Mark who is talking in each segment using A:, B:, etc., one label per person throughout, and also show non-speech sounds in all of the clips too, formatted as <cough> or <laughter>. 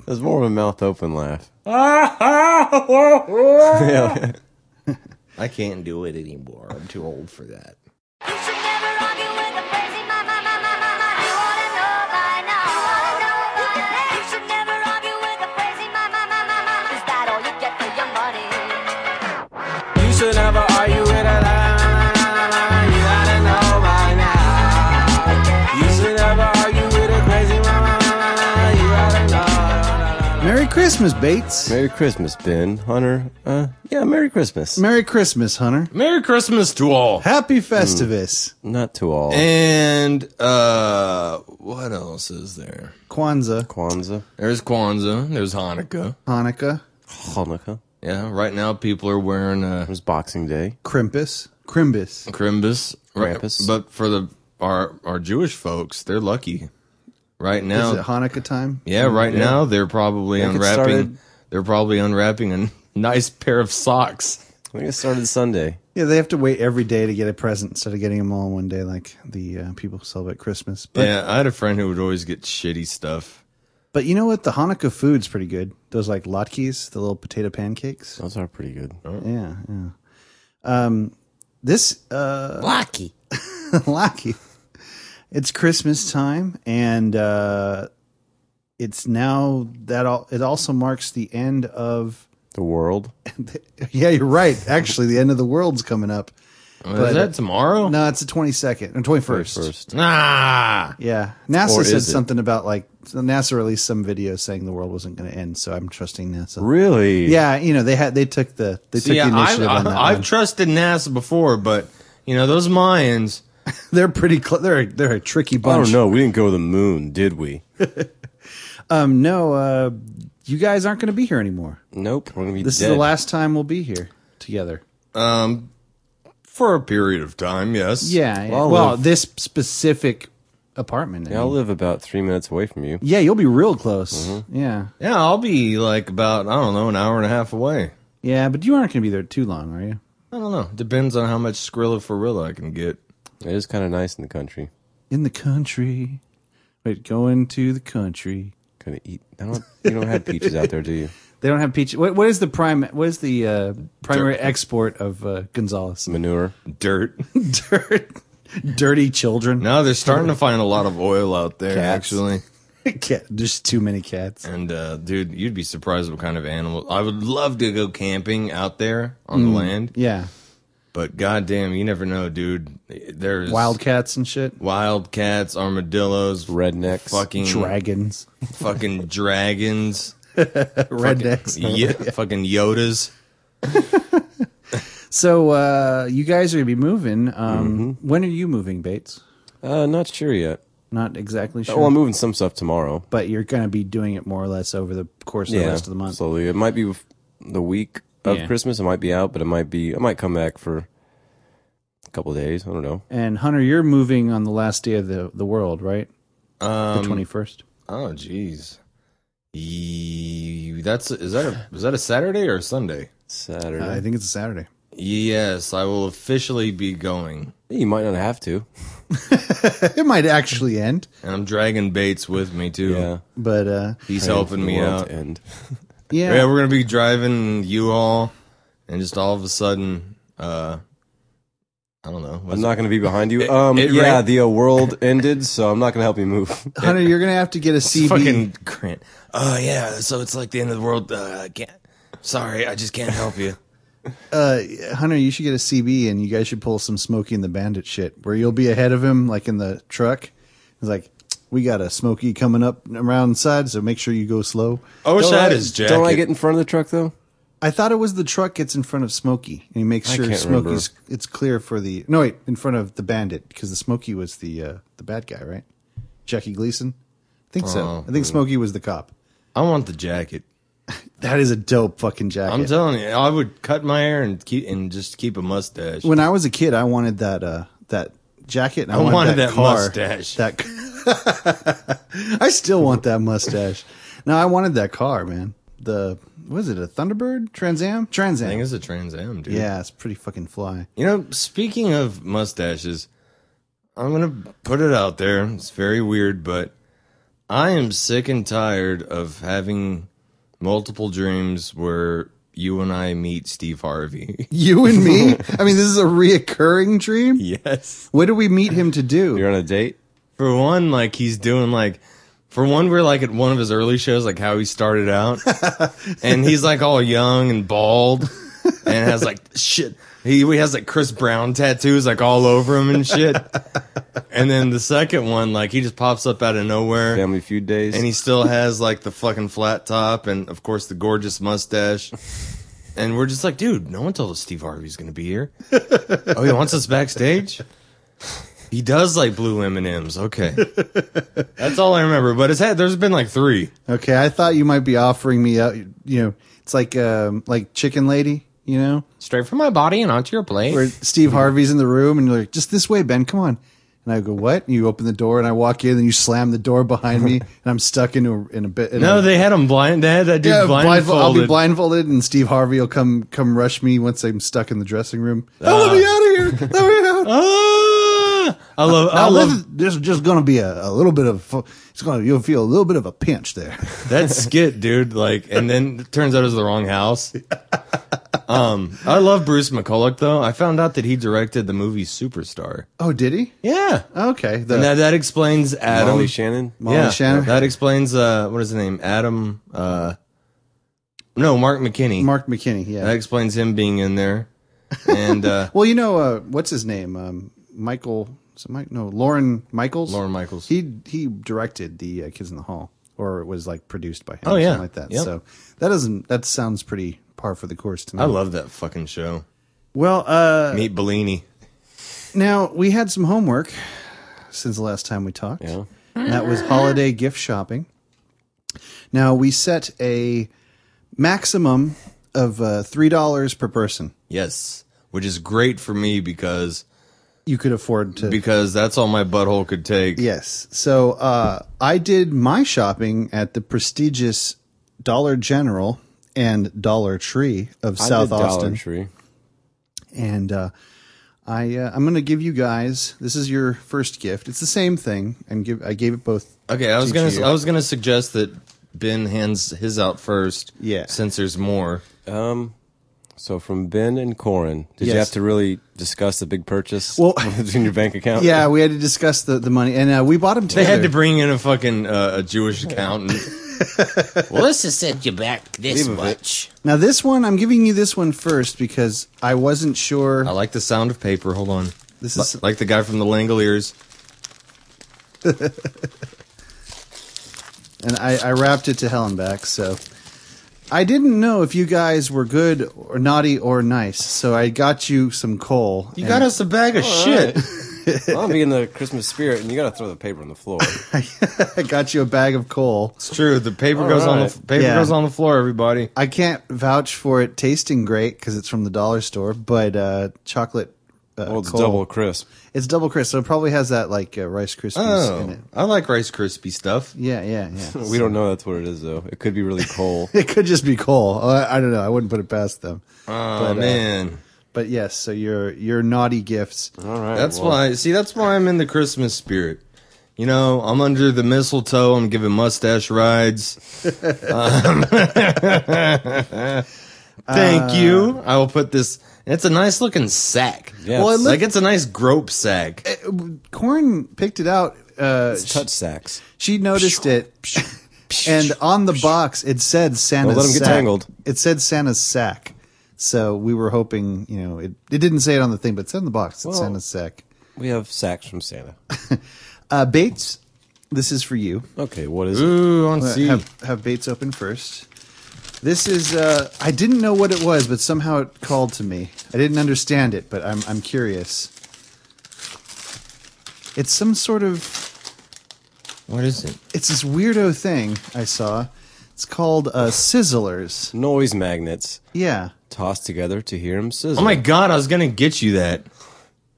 A: It was more of a mouth open laugh. <laughs>
B: <laughs>
A: Yeah.
C: I can't do it anymore. I'm too old for that.
D: You should never argue with a crazy ma ma ma ma ma ma. You ought to know by now. You ought to know by now. You should never argue with a crazy ma ma ma ma ma ma. Is that all you get for your money?
B: You should never argue with a la la la la la la la. You gotta know by now. You should never argue with a crazy mama. la, la, la, la. You gotta know. la, la, la.
E: Merry Christmas, Bates.
A: Merry Christmas, Ben. Hunter. Uh, yeah, Merry Christmas.
E: Merry Christmas, Hunter.
F: Merry Christmas to all.
E: Happy Festivus.
A: Not to all.
F: And uh what else is there?
E: Kwanzaa.
A: Kwanzaa.
F: There's Kwanzaa, there's Hanukkah.
E: Hanukkah.
A: Hanukkah.
F: Yeah, right now people are wearing uh
A: It was Boxing Day.
E: Krampus. Krimbus.
F: Krimbus. Right,
A: Krampus.
F: But for the our our Jewish folks, they're lucky. Right
E: Is
F: now
E: it Hanukkah time?
F: Yeah, right now they're probably
A: think it
F: unwrapping
A: started-
F: they're probably unwrapping a <laughs> nice pair of socks.
A: I think it started Sunday.
E: Yeah, they have to wait every day to get a present instead of getting them all in one day like the uh, people who celebrate Christmas. But
F: yeah, I had a friend who would always get shitty stuff.
E: but you know what? The Hanukkah food's pretty good. Those like latkes, the little potato pancakes.
A: Those are pretty good.
E: Yeah, yeah. Um, this uh,
C: Lucky.
E: <laughs> latkey. It's Christmas time, and uh, it's now that all, it also marks the end of. <laughs>
A: The world.
E: Yeah, you're right. Actually, the end of the world's coming up.
F: is that tomorrow?
E: uh, No, it's the 22nd or 21st.
A: First.
F: Ah,
E: Yeah. NASA
A: Or
E: said
A: is it?
E: something about like so NASA released some video saying the world wasn't going to end, so I'm trusting NASA.
A: Really?
E: Yeah, you know, they had they took the they took
F: yeah,
E: the
F: I've,
E: initiative on
F: I've,
E: that.
F: I've
E: one. <laughs>
F: trusted NASA before, but you know those Mayans.
E: they're pretty cl- they're they're a tricky
A: I
E: bunch.
A: don't know. We didn't go to the moon, did we?
E: Um no, uh you guys aren't going to be here anymore.
A: Nope. We're gonna be
E: This
A: dead.
E: is the last time we'll be here together.
F: Um, for a period of time, yes.
E: Yeah. yeah.
A: Well, I'll
E: Well,
A: live-
E: this specific apartment. I
A: Yeah, I'll
E: mean.
A: live about three minutes away from you.
E: Yeah, you'll be real close.
A: Mm-hmm.
E: Yeah.
F: yeah. I'll be like about I don't know an hour and a half away.
E: Yeah, but you aren't going to be there too long, are you?
F: I don't know. Depends on how much Skrilla Farilla I can get.
A: It is kind of nice in the country.
E: In the country. Wait, going to the country.
A: Gonna eat. I don't. You don't have peaches out there, do you?
E: They don't have peach. What, what is the prime? What is the uh, primary export of uh, Gonzales?
A: Manure.
F: Dirt.
E: <laughs> Dirt, dirty children.
F: now they're starting to find a lot of oil out there,
E: Cats.
F: actually.
E: <laughs> Cat- There's too many cats.
F: And uh, dude, you'd be surprised what kind of animal. I would love to go camping out there on
E: Mm.
F: the land,
E: Yeah,
F: but goddamn, you never know, dude. There's
E: wild cats and shit.
F: wildcats, armadillos,
A: Rednecks.
F: fucking
E: Dragons,
F: fucking dragons,
E: rednecks.
F: <laughs> yeah, fucking Yodas.
E: So uh, you guys are gonna be moving. Um, When are you moving, Bates?
A: Uh, not sure yet.
E: Not exactly sure,
A: Oh, Well, I'm moving some stuff tomorrow.
E: but you're gonna be doing it more or less over the course of the rest of the month.
A: Slowly. It might be the week of
E: Yeah.
A: Christmas. It might be out, but it might be. I might come back for a couple of days. I don't know.
E: And Hunter, you're moving on the last day of the the world, right? the twenty first.
F: Oh, jeez. Yee- That's is that a is that a Saturday or a Sunday?
A: Saturday.
E: I think it's a Saturday. <laughs>
F: Yes, I will officially be going,
A: you might not have to.
E: It might actually end,
F: and I'm dragging Bates with me too.
A: Yeah.
E: but uh,
F: He's helping
A: The
F: me
A: world
F: out.
A: to End.
E: yeah.
F: Yeah, we're gonna be driving U-Haul, and just all of a sudden, uh, I don't know.
A: I'm
F: What's
A: not going to be behind you. Um,
F: it
A: yeah,
F: ran-
A: the uh, world ended, so I'm not going to help you move.
E: Hunter, you're gonna have to get a
F: it?
E: CB.
F: fucking Grant. Oh yeah, so it's like the end of the world. Uh, I can't. Sorry, I just can't help <laughs> you.
E: Uh, Hunter, you should get a CB, and you guys should pull some Smokey and the Bandit shit, where you'll be ahead of him, like in the truck. He's like, "We got a Smokey coming up around the side, so make sure you go slow."
F: I wish I had
A: I-
F: his jacket.
A: Don't I get in front of the truck though?
E: I thought it was the truck gets in front of Smokey, and he makes
A: I
E: sure
A: can't
E: Smokey's it's clear for the no wait in front of the Bandit because the Smokey was the uh, the bad guy, right? Jackie Gleason, I think
A: Oh,
E: so. I think
A: hmm.
E: Smokey was the cop.
F: I want the jacket.
E: That is a dope fucking jacket.
F: I'm telling you, I would cut my hair and keep and just keep a mustache.
E: when I was a kid, I wanted that uh, that jacket. And I, wanted, that, car,
F: mustache.
E: That <laughs> I still want that mustache. No, I wanted that car, man. The was it a Thunderbird? Trans Am? Trans
F: I
E: Am?
F: think it's a Trans Am, dude.
E: Yeah, it's pretty fucking fly.
F: You know, speaking of mustaches, I'm gonna put it out there. It's very weird, but I am sick and tired of having multiple dreams where you and I meet Steve Harvey. <laughs>
E: You and me? <laughs> I mean, this is a reoccurring dream.
F: yes.
E: What do we meet him to do?
A: You're on a date?
F: For one, like he's doing like for one, we're like at one of his early shows, like how he started out. and he's like all young and bald and has like shit. He, he has like Chris Brown tattoos like all over him and shit. and then the second one, like he just pops up out of nowhere.
A: Family feud days?
F: and he still has like the fucking flat top and of course the gorgeous mustache. And we're just like, dude, no one told us Steve Harvey's gonna be here. oh, he wants us backstage. He does like blue M and M's. Okay, that's all I remember. But it's had there's been like three.
E: Okay, I thought you might be offering me up. You know, it's like um, like Chicken Lady. You know,
F: Straight from my body and onto your plate.
E: where Steve Harvey's in the room and you're like, just this way, Ben, come on. And I go, what? And you open the door and I walk in and you slam the door behind
F: <laughs>
E: me and I'm stuck in a, in a bit. In
F: no,
E: a,
F: they had him blind. They had that dude
E: yeah, blindfolded.
F: blindfolded.
E: I'll be blindfolded and Steve Harvey will come come rush me once I'm stuck in the dressing room. oh, let me out of here. Let me out.
F: Ah! I love. I
E: Now,
F: love.
E: this, this is just going to be a, a little bit of, fu- it's going to, you'll feel a little bit of a pinch there. <laughs>
F: that skit, dude. Like, and then it turns out it was the
E: <laughs>
F: wrong house. Um, I love Bruce McCulloch though. I found out that he directed the movie Superstar.
E: Oh, did he?
F: Yeah,
E: Okay. The
F: and that, that explains Adam.
A: Molly Shannon?
E: Molly
F: yeah,
E: Shannon.
F: that explains uh, what is his name? Adam. Uh, no, Mark McKinney.
E: Mark McKinney. Yeah.
F: That explains him being in there.
E: <laughs>
F: And uh,
E: Well, you know, uh, what's his name? Um, Michael. Is it Mike? No, Lauren Michaels.
F: Lauren Michaels.
E: He he directed the uh, Kids in the Hall, or it was like produced by him.
F: Oh,
E: or
F: yeah.
E: something like that.
F: Yep.
E: So that doesn't that sounds pretty par for the course to me.
F: I love that fucking show.
E: Well, uh,
F: Meet Bellini.
E: now we had some homework since the last time we talked.
A: Yeah.
E: And that was holiday gift shopping. Now we set a maximum of uh, three dollars per person
F: Yes, which is great for me because
E: you could afford to
F: because that's all my butthole could take.
E: Yes. So uh, I did my shopping at the prestigious Dollar General and Dollar Tree of
A: I
E: South
A: did Dollar
E: Austin,
A: Tree.
E: and uh, I uh, I'm going to give you guys this is your first gift. It's the same thing, and give I gave it both.
F: Okay, I was
E: Teach
F: gonna
E: you.
F: I was gonna suggest that Ben hands his out first.
E: Yeah.
F: Since there's more.
A: So from Ben and Corin, did
E: Yes.
A: you have to really discuss the big purchase
E: Well-
A: <laughs> in your bank account?
E: Yeah, we had to discuss the, the money, and uh, we bought them
F: They
E: together.
F: had to bring in a fucking uh, a Jewish accountant.
C: Melissa sent you back this much.
E: now this one, I'm giving you this one first because I wasn't sure.
F: <laughs> I like the sound of paper. Hold on.
E: This is-
F: like the guy from the Langoliers.
E: and I, I wrapped it to hell and back. So I didn't know if you guys were good or naughty or nice. So I got you some coal.
F: You got us a bag of shit.
A: I'll be in the Christmas spirit, and you got to throw the paper on the floor.
E: <laughs> I got you a bag of coal.
F: It's true. The paper goes on the
A: right.
F: f- paper
E: Yeah.
F: goes on the floor. Everybody.
E: I can't vouch for it tasting great because it's from the dollar store, but uh, chocolate. Uh,
A: well, Oh, it's
E: coal.
A: double crisp.
E: It's double crisp, so it probably has that like uh, Rice Krispies in
F: Oh,
E: it.
F: I like Rice Krispie stuff.
E: Yeah, yeah, yeah.
A: <laughs> We don't know that's what it is, though. It could be really coal.
E: <laughs> it could just be coal. Uh, I, I don't know. I wouldn't put it past them.
F: Oh
E: But, uh,
F: man,
E: But yes, so your your naughty gifts.
A: <laughs> All right.
F: that's
A: Oh, well,
F: why. See, that's why I'm in the Christmas spirit. You know, I'm under the mistletoe. I'm giving mustache rides. Um, <laughs> thank you. I will put this. It's a nice looking sack.
A: Yes.
F: Well, it like it's a nice grope sack.
E: Corn picked it out. Uh,
A: It's touch sacks.
E: She noticed it, and on the box it said Santa's.
A: let 'em get
E: sack.
A: tangled.
E: It said Santa's sack. So we were hoping, you know, it, it didn't say it on the thing, but it's in the box. It's
A: Well-
E: Santa's sack.
A: We have sacks from Santa.
E: Uh, Bates, this is for you.
A: Okay, what is it?
F: Ooh, on
E: Uh,
F: C.
E: Have, have Bates open first. This is uh, I didn't know what it was, but somehow it called to me. I didn't understand it, but I'm I'm curious. It's some sort of
F: What is it?
E: it's this weirdo thing I saw. It's called uh, sizzlers.
A: Noise magnets
E: Yeah,
A: tossed together to hear him sizzle.
F: Oh my god, I was gonna get you that.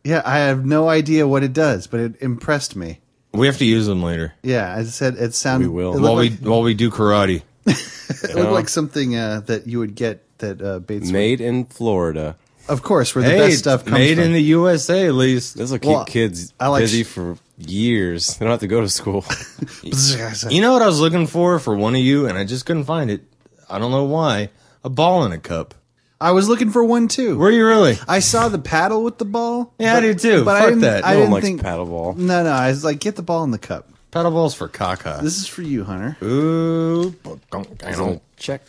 E: yeah. I have no idea what it does, but it impressed me.
F: We have to use them later
E: Yeah, I said it sounded.
A: We will.
E: It looked,
F: while we
E: like,
F: while we do karate.
E: it looked like something uh, that you would get that uh, Bates. would-
A: Made in Florida.
E: Of course, where the
F: Hey,
E: best
F: it's
E: stuff comes
F: made
E: from.
F: in the USA at least.
A: This will keep
E: Well,
A: kids
E: I like
A: busy
E: sh-
A: for years. They don't have to go to
E: <laughs>
A: school.
F: You know what I was looking for for one of you, and I just couldn't find it. I don't know why. A ball in a cup.
E: I was looking for one too.
F: Were you really?
E: I saw the paddle with the ball.
F: Yeah, I
E: but-
F: do too.
E: But I
F: Fuck
E: didn't,
F: that.
A: no
E: I
F: No
E: didn't
A: one likes
E: think,
A: paddle ball.
E: No, no. I was like, get the ball in the cup.
F: Paddle balls for caca.
E: This is for you, Hunter.
F: Ooh.
A: Check.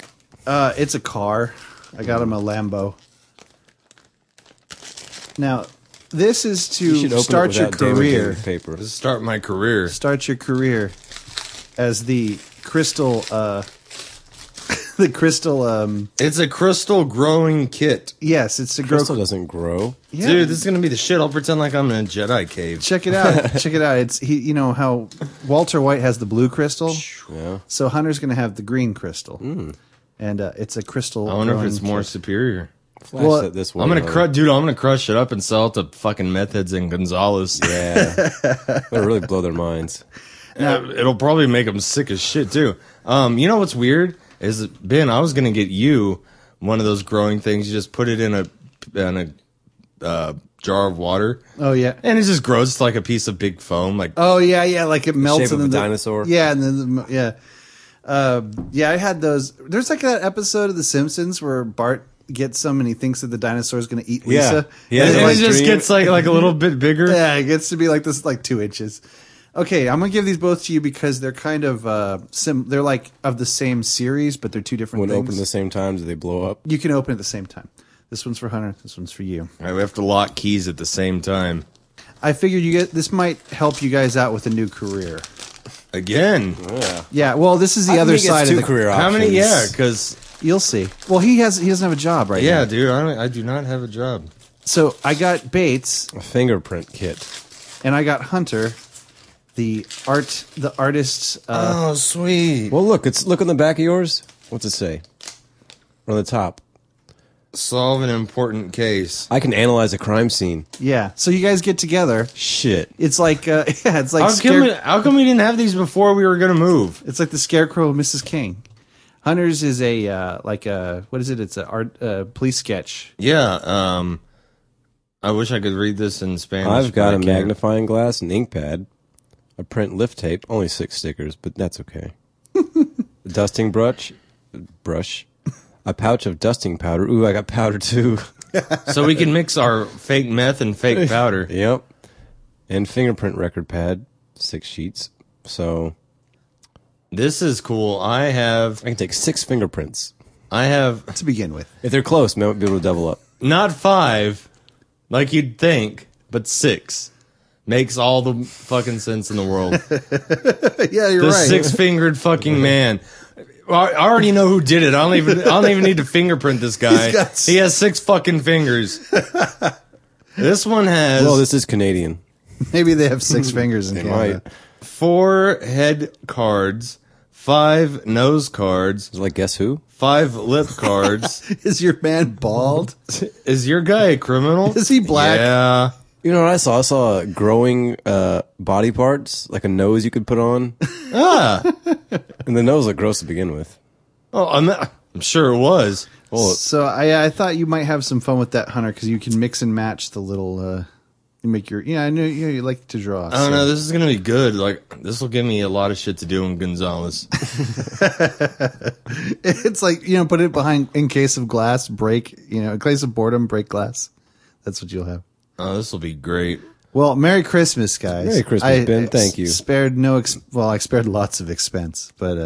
E: Uh, it's a car. I got him a Lambo. Now, this is
A: You should
E: to
A: open
E: start
A: it
E: your
A: without damaging
E: career.
A: the paper.
F: To start my career.
E: Start your career as the crystal. Uh, <laughs> the crystal. Um,
F: It's a crystal growing kit.
E: yes, it's to grow.
A: Crystal doesn't grow.
E: Yeah.
F: Dude, this is gonna be the shit. I'll pretend like I'm in a Jedi cave.
E: Check it out. Check it out. It's he. You know how Walter White has the blue crystal.
A: Yeah.
E: So Hunter's going to have the green crystal, and uh, it's a crystal.
F: I wonder if
E: growing
F: it's more
E: kit.
F: superior.
A: Flash
E: Well,
A: it this way.
F: I'm gonna
A: though.
F: crush, dude. I'm gonna crush it up and sell it to fucking meth heads and Gonzales.
A: Yeah. That'll really blow their
E: <laughs>
A: minds.
F: Uh, It'll probably make them sick as shit too. Um, you know what's weird is that, Ben. I was gonna get you one of those growing things. You just put it in a in a uh, jar of water,
E: Oh yeah.
F: and it just grows like a piece of big foam. Like
E: Oh yeah, yeah. Like it melts
A: shape
E: and
A: of a
E: then the-
A: dinosaur.
E: Yeah, and then the, yeah, Um yeah. I had those. There's like that episode of The Simpsons where Bart gets some and he thinks that the dinosaur is going to eat
A: Yeah. Yeah,
E: Lisa. And
F: and
E: it,
A: yeah,
F: it
E: like,
A: yeah.
F: just
A: dream-
F: gets like like a little bit bigger.
E: yeah, it gets to be like this, like two inches. Okay, I'm gonna give these both to you because they're kind of uh, sim. They're like of the same series, but they're two different
A: When
E: things.
A: open at the same time, do they blow up?
E: you can open at the same time. This one's for Hunter. This one's for you.
F: All right, we have to lock keys at the same time
E: I figured you get this might help you guys out with a new career.
F: again.
E: Yeah, well, this is the other side of the
A: career
F: How many? Yeah, because
E: You'll see. Well, he has he doesn't have a job right now.
F: yeah, dude. I don't, I do not have a job.
E: So I got Bates
A: A fingerprint kit.
E: and I got Hunter, the art the artist. Uh,
F: Oh, sweet.
A: Well, look. It's look on the back of yours. What's it say? On the top.
F: Solve an important case.
A: I can analyze a crime scene.
E: yeah. So you guys get together.
A: Shit.
E: It's like uh, <laughs> yeah, it's like
F: How come, we,
E: scare-
F: how come we didn't have these before we were gonna move?
E: it's like the Scarecrow of Mrs. King. Hunter's is a uh, like a what is it? It's a art uh, police sketch.
F: Yeah. Um, I wish I could read this in Spanish.
A: I've
F: but
A: got
F: I
A: a
F: can't.
A: magnifying glass, an ink pad, a print lift tape, only six stickers, but that's okay. <laughs> a dusting brush, brush, a pouch of dusting powder. Ooh, I got powder too. <laughs>
F: so we can mix our fake meth and fake powder.
A: yep. And fingerprint record pad, six sheets. So
F: This is cool. I have
A: I can take six fingerprints.
F: I have
E: To begin with, <laughs>
A: If they're close, man, I might be able to double up.
F: not five, like you'd think, but six. Makes all the fucking sense in
A: <laughs>
F: the world.
E: yeah, you're
F: The
E: right.
F: six-fingered fucking man. I I already know who did it. I don't even. I don't even need to
A: <laughs>
F: fingerprint this guy.
E: He's got-
F: He has six fucking fingers. this one has
A: Well, Oh, this is Canadian.
E: <laughs> Maybe they have <laughs> six fingers in Canada.
A: might.
F: four head cards, five nose cards,
A: It's like guess who?
F: five lip cards.
E: <laughs> Is your man bald?
F: <laughs> Is your guy a <laughs> criminal?
E: Is he black?
F: Yeah.
A: You know what I saw? I saw uh, growing uh, body parts, like a nose you could put <laughs> on.
F: Ah.
A: And the nose looked gross to begin with.
F: Oh, I'm, not- I'm sure it was.
A: Well,
E: So I, I thought you might have some fun with that, Hunter, because you can mix and match the little. Uh, you make your. Yeah, I know you, you like to draw.
F: I don't
E: so-
F: know. This is gonna be good. Like this will give me a lot of shit to do in <laughs> Gonzalez.
E: <laughs> It's like you know, put it behind in case of glass break. You know, in case of boredom, break glass. That's what you'll have.
F: Oh, this will be great.
E: Well, Merry Christmas, guys.
A: Merry Christmas, Ben. Thank you.
E: Spared no. Ex- well, I spared lots of expense, but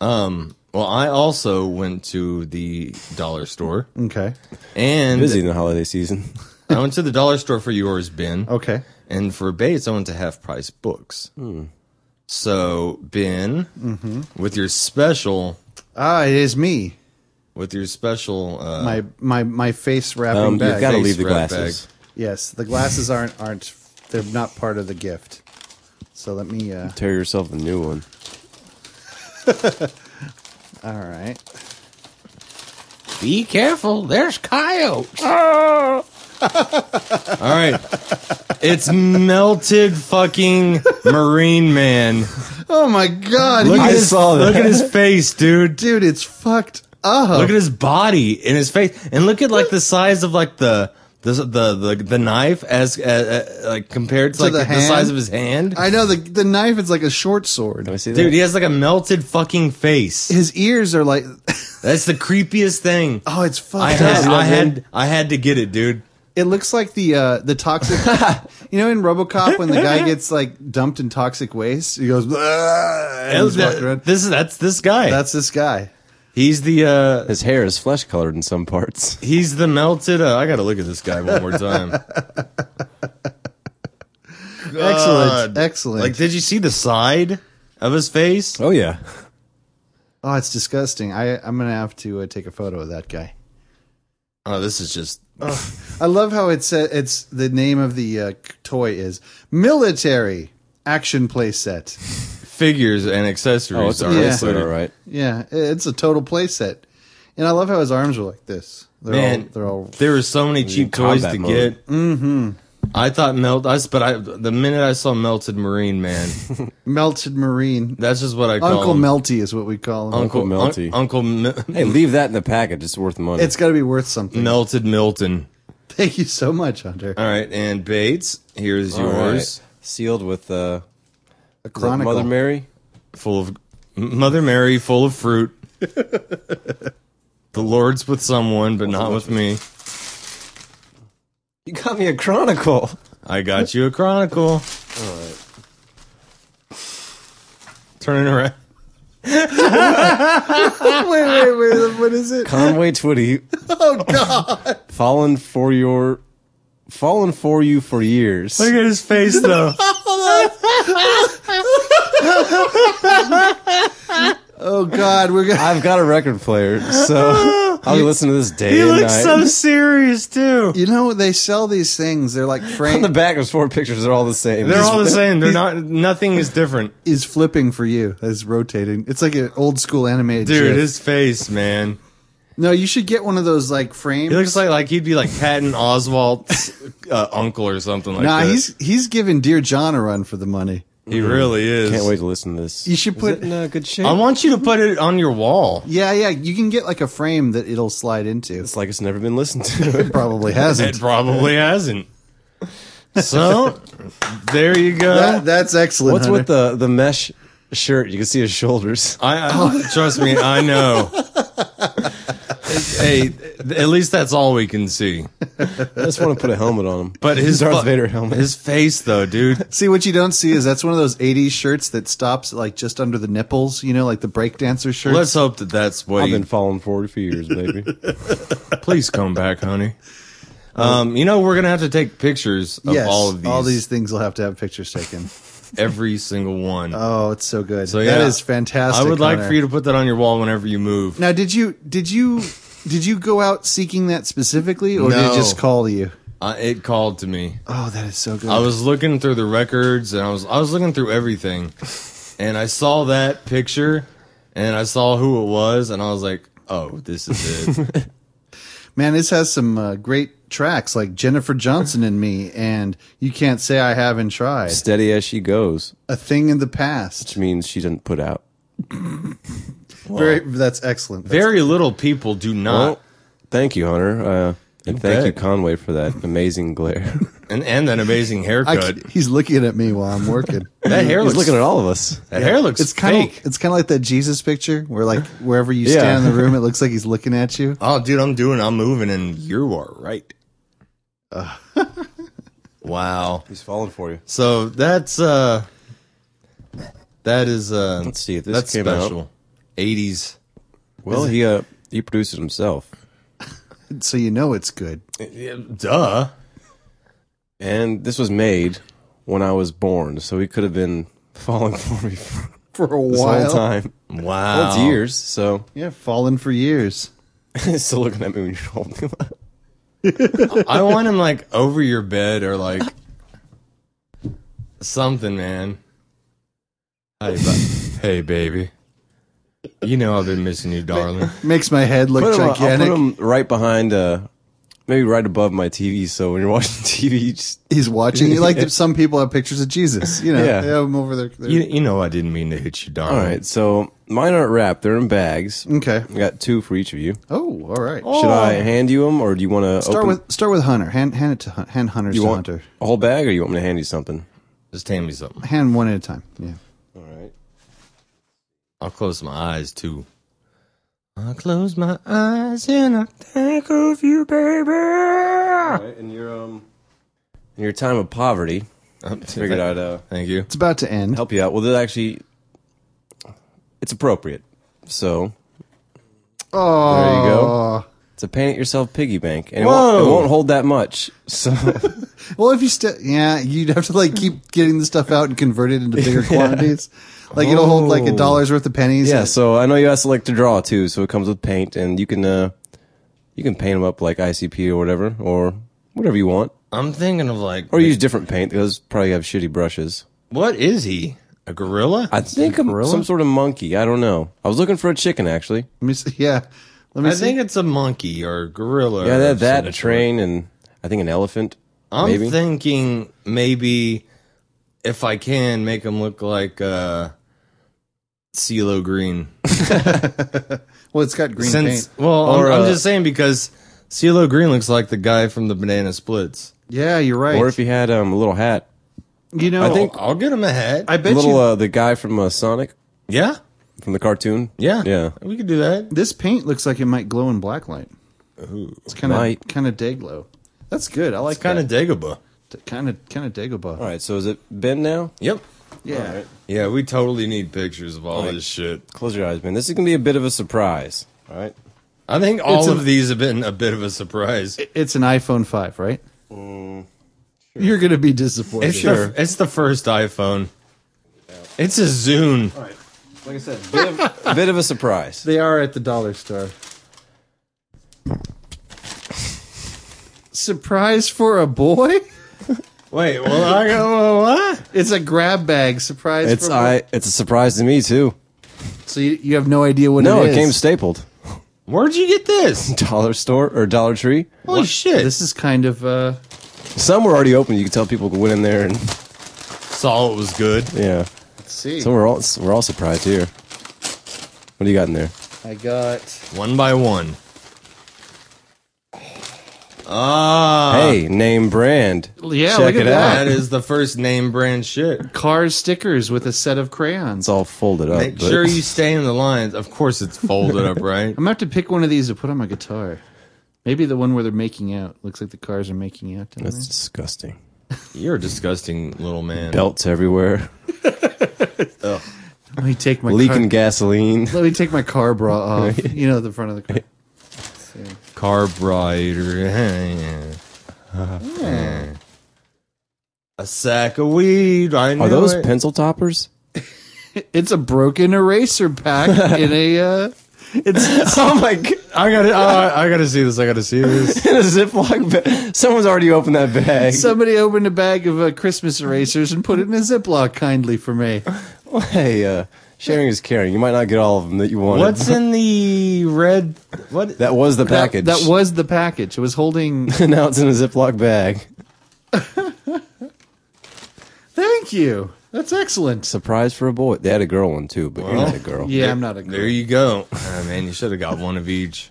E: uh,
F: Um. Well, I also went to the dollar store,
E: okay,
F: and
A: busy in the holiday season. <laughs>
F: I went to the dollar store for yours, Ben.
E: okay.
F: And for Bates, I went to half price books. So Ben, with your special,
E: Ah, it is me.
F: with your special, uh,
E: My my my face wrapping
A: Um,
E: bag.
A: you've got to
F: Face
A: leave the
F: wrap
A: glasses.
E: yes, the glasses aren't aren't. They're not part of the gift. So let me. Uh,
A: Tear yourself a new one.
E: all right.
F: be careful. There's coyotes. All right, it's melted fucking Marine Man.
E: Oh my god,
F: Look
E: he
F: at
E: is-
F: his, look at his face, dude.
E: dude, it's fucked Oh.
F: Look at his body and his face, and look at like the size of like the the the the, the knife as uh, uh, like compared to,
E: To
F: like
E: the
F: the,
E: hand?
F: size of his hand.
E: I know the the knife is like a short sword.
A: Can I see that?
F: Dude, he has like a melted fucking face.
E: His ears are like, <laughs>
F: That's the creepiest thing.
E: oh, it's fucked
F: I
E: up.
F: had, I had I had to get it, dude.
E: It looks like the uh, the
F: <laughs>
E: toxic. you know, in RoboCop, when the guy gets like dumped in toxic waste, he goes. "Bleh," and he's walking around.
F: this is that's this guy.
E: That's this guy.
F: he's the uh
A: His hair is flesh colored in some parts.
F: he's the melted uh, I got to look at this guy one more time.
E: <laughs> Excellent, excellent.
F: Like did you see the side of his face?
A: <laughs> Oh yeah,
E: oh, it's disgusting. I I'm gonna have to uh, take a photo of that guy.
F: Oh, this is just
E: I love how it said it's the name of the uh, c- toy is military action playset.
F: figures and accessories.
A: <laughs> oh, it's a
F: are
A: bracelet,
F: included.
A: all right.
E: Yeah, it's a total playset, and I love how his arms were like this. They're all
F: Man,
E: they're all
F: there were so many cheap toys
A: combat
F: to
A: mode.
F: get. Mm-hmm. I thought melt. I s- but I the minute I saw melted marine man, <laughs>
E: melted marine.
F: that's just what I call
E: Uncle
F: him.
E: Melty is what we call him.
A: Uncle Melty.
F: Un- Uncle Me-
A: Hey, leave that in the package. It's worth money.
E: It's got to be worth something.
F: melted Milton.
E: Thank you so much,
A: Uh,
E: Hunter.
F: All right, and Bates, here's
A: All right.
F: yours,
A: sealed with uh,
E: A chronicle.
A: Mother Mary.
F: full of M- Mother Mary, full of fruit. the Lord's with someone, but not with me.
A: You got me a chronicle.
F: I got you a chronicle. All right, turning around.
E: wait, wait, wait. What is
A: <laughs>
E: it?
A: Conway Twitty. <laughs> oh God. <laughs> Fallen for your, fallen for you for years.
F: Look at his face though. <laughs>
E: Oh God, we're gonna.
A: I've got a record player,
F: <laughs>
A: so I'll be listening to this day
F: He
A: and
F: looks
A: night.
F: so serious too.
E: <laughs> You know they sell these things. They're like
A: On the <laughs>
E: Frank
A: back, there's four pictures. They're all the same.
F: They're all the same. They're not. Nothing is different,
E: is flipping for you. It's rotating. It's like an old school animated.
F: dude.
E: GIF.
F: His face, man.
E: no, you should get one of those like frames.
F: He looks like like he'd be like Patton Oswald's uh, uncle or something like
E: nah,
F: that.
E: he's he's giving Dear John a run for the money.
F: he really is.
A: Can't wait to listen to this.
E: You should
A: Is
E: put-
A: it in uh, good shape.
F: I want you to put it on your wall.
E: Yeah, yeah. You can get like a frame that it'll slide into.
A: it's like it's never been listened
F: <laughs>
A: to.
E: Probably
F: It
E: hasn't.
F: probably hasn't. So there you go.
E: That, that's excellent.
A: What's
E: Hunter.
A: with the the mesh shirt? You can see his shoulders. <laughs>
F: I, I trust me. I know. hey, at least that's all we can see.
A: I just want to put a helmet on him.
F: But his
A: Darth
F: fu-
A: Vader helmet.
F: his face though, dude.
E: See what you don't see is that's one of those '80s shirts that stops like just under the nipples. You know, like the breakdancer shirts.
F: Let's hope that that's what
A: I've
F: he
A: been falling for it for years,
F: <laughs>
A: baby.
F: Please come back, honey. Um, you know we're gonna have to take pictures of
E: yes,
F: all of these,
E: things will have to have pictures taken.
F: every single one.
E: Oh, it's so good.
F: So,
E: that
F: yeah.
E: is fantastic.
F: I would like
E: Hunter.
F: for you to put that on your wall whenever you move.
E: Now, did you did you did you go out seeking that specifically, or did it
F: No.
E: just call you?
F: Uh, it called to me.
E: Oh, that is so good.
F: I was looking through the records and I was I was looking through everything, and I saw that picture, and I saw who it was, and I was like, oh,
E: <laughs>
F: this is it.
E: Man, this has some uh, great tracks like Jennifer Johnson and Me, and You Can't Say I Haven't Tried,
A: Steady as she goes,
E: A Thing in the
A: which
E: Past.
A: means she didn't put out.
E: Very, that's excellent. That's-
F: Very little people do not,
A: Well, thank you, Hunter, uh, and thank you,
F: bet.
A: Conway, for that amazing
F: <laughs>
A: glare.
F: and and that amazing
E: I
F: haircut.
E: c- he's looking at me while I'm working.
F: <laughs> that hair
A: He's
F: looks
A: looking at all of us.
F: that hair looks
E: It's kind
F: fake.
E: of it's kind of like that Jesus picture where like wherever you
A: Yeah.
E: stand in the
F: <laughs>
E: room, it looks like he's looking at you.
F: Oh, dude, I'm doing, I'm moving, and you are right.
E: <laughs>
F: wow.
A: He's falling for you.
F: So that's uh, that is uh,
A: Let's see if this
F: that's
A: came
F: special. 80s.
A: Well, he uh, he produced it himself,
E: So you know it's good.
F: Duh.
A: and this was made when I was born, so he could have been <laughs> falling for me for
E: For a
A: this
E: while.
A: whole time.
F: Wow.
A: Well, it's years, so <laughs>
E: Yeah, fallen for years.
A: he's still looking at me when you
E: <laughs>
A: hold me. up.
F: <laughs> I want him like over your bed or like something, man. Hey,
A: <laughs>
F: ba- hey, baby. You know I've been missing you, darling.
E: Makes my head look
A: Put him, uh, I'll
E: gigantic.
A: put him right behind uh, maybe right above my TV. So when you're <laughs> watching TV, you just,
E: He's watching you. Like some people have pictures of Jesus. You know,
A: Yeah.
E: they have him over there. there.
F: You, you know I didn't mean to hit you, darn.
A: all right. So mine aren't wrapped; they're in bags.
E: Okay.
A: I got two for each of you.
E: Oh, all right.
A: Should I hand you them, or do you want to
E: Start
A: open,
E: with start with Hunter. Hand hand it to Hun- hand Hunter's
A: you
E: to
A: want
E: Hunter.
A: a whole bag, or you want me to hand you something?
F: Just hand me something.
E: Hand one at a time. Yeah.
A: All right.
F: I'll close my eyes too. I'll close my eyes and I think of you, baby.
A: All right. In your um, in your time of poverty, figured I'd uh,
F: Thank you.
E: It's about to end.
A: help you out. Well, that actually, it's appropriate. So
E: Oh,
A: there you go. It's a paint it yourself piggy bank, and it
F: Whoa.
A: won't, it won't hold that much. So
E: well, if you still, yeah, you'd have to like
A: <laughs>
E: keep getting the stuff out and convert it into bigger quantities. Like it'll hold like a
A: Oh.
E: dollar's worth of pennies.
A: yeah, so I know you also like to draw too. So it comes with paint, and you can uh, you can paint them up like ICP or whatever, or whatever you want,
F: I'm thinking of like,
A: or use different paint. Those probably have shitty brushes.
F: what is he? A gorilla?
A: I think I'm some sort of monkey. I don't know. I was looking for a chicken actually.
E: Let me see. Yeah. Let me
F: I
E: see.
F: think it's a monkey or a gorilla.
A: Yeah,
F: or
A: that that
F: some
A: a
F: sort.
A: train and I think an elephant.
F: I'm
A: maybe.
F: thinking maybe if I can make him look like uh CeeLo Green.
E: well, it's got green
F: Since
E: paint.
F: well,
A: Or,
F: I'm, I'm
A: uh,
F: just saying because CeeLo Green looks like the guy from the Banana Splits.
E: Yeah, you're right.
A: Or if he had um, a little hat,
E: you know,
A: I think-
F: I'll, I'll get him a hat.
E: I bet
A: little
E: you
A: uh, the guy from uh, Sonic
F: yeah,
A: from the cartoon.
F: yeah,
A: yeah.
F: We could do that.
E: this paint looks like it might glow in black light. it's kind of
A: might.
E: kind of day glow. That's good. I like
F: It's kind of Dagobah.
E: of kind of kind of Dagobah.
A: All right, so is it Ben now?
F: Yep.
E: Yeah.
F: Yeah, we totally need pictures of all this shit.
A: Close your eyes, man. This is gonna be a bit of a surprise. All right.
F: I think all
E: a-
F: of these have been a bit of a surprise.
E: It's an iPhone 5, right?
A: Mm,
E: You're going to be disappointed.
F: It's, the, it's the first iPhone. It's a Zune.
A: Like I said, bit of, a bit of a surprise.
E: <laughs> They are at the dollar store. Surprise for a boy?
F: Wait, well,
E: <laughs>
F: I got well, what?
E: It's a grab bag. Surprise
A: It's
E: for a boy.
A: I. It's a surprise to me too.
E: So you, you have no idea what
A: No,
E: it
A: it
E: is.
A: came stapled. <laughs>
F: Where'd you get this?
A: Dollar store or Dollar Tree.
F: Holy shit!
E: This is kind of uh
A: Some were already open. You could tell people went in there and
F: saw it was good.
A: yeah.
E: let's see.
A: So we're all we're all surprised here. What do you got in there?
E: I got
F: One by one. Ah,
A: hey, name brand.
E: Yeah,
A: check
E: look at
A: it out.
F: that is the first name brand shit.
E: Cars stickers with a set of
A: It's
E: crayons.
A: all folded up.
F: Make
A: but-
F: sure you stay in the lines. Of course, it's folded
E: <laughs>
F: up, right?
E: I'm going to have to pick one of these to put on my guitar. Maybe the one where they're making out. Looks like the cars are making out. down
A: That's disgusting.
F: You're a disgusting little man.
A: Belts everywhere.
E: there. Let me take my car-
A: Leaking gasoline.
E: Let me take my car bra off. You know, the front of the car.
F: <laughs> Carburetor. a sack of weed. I know
A: Are those
F: it.
A: pencil toppers?
E: It's a broken eraser pack in a. Uh, it's
A: Oh my god!
F: I gotta. Uh, I gotta see this. I gotta see this.
A: In a Ziploc bag. Someone's already opened that bag.
E: somebody opened a bag of uh, Christmas erasers and put it in a Ziploc kindly for me.
A: hey, uh, sharing is caring. You might not get all of them that you wanted.
F: <laughs> What's in the red? What?
A: that was the
E: That-
A: package.
E: That, was the package. It was holding.
A: <laughs> now it's in a Ziploc bag.
E: Thank you. That's excellent.
A: Surprise for a boy. They had a girl one too, but you're not a girl.
E: Yeah, I'm not a.
F: There
E: Girl.
F: you go. Ah, man, you should have got one of each.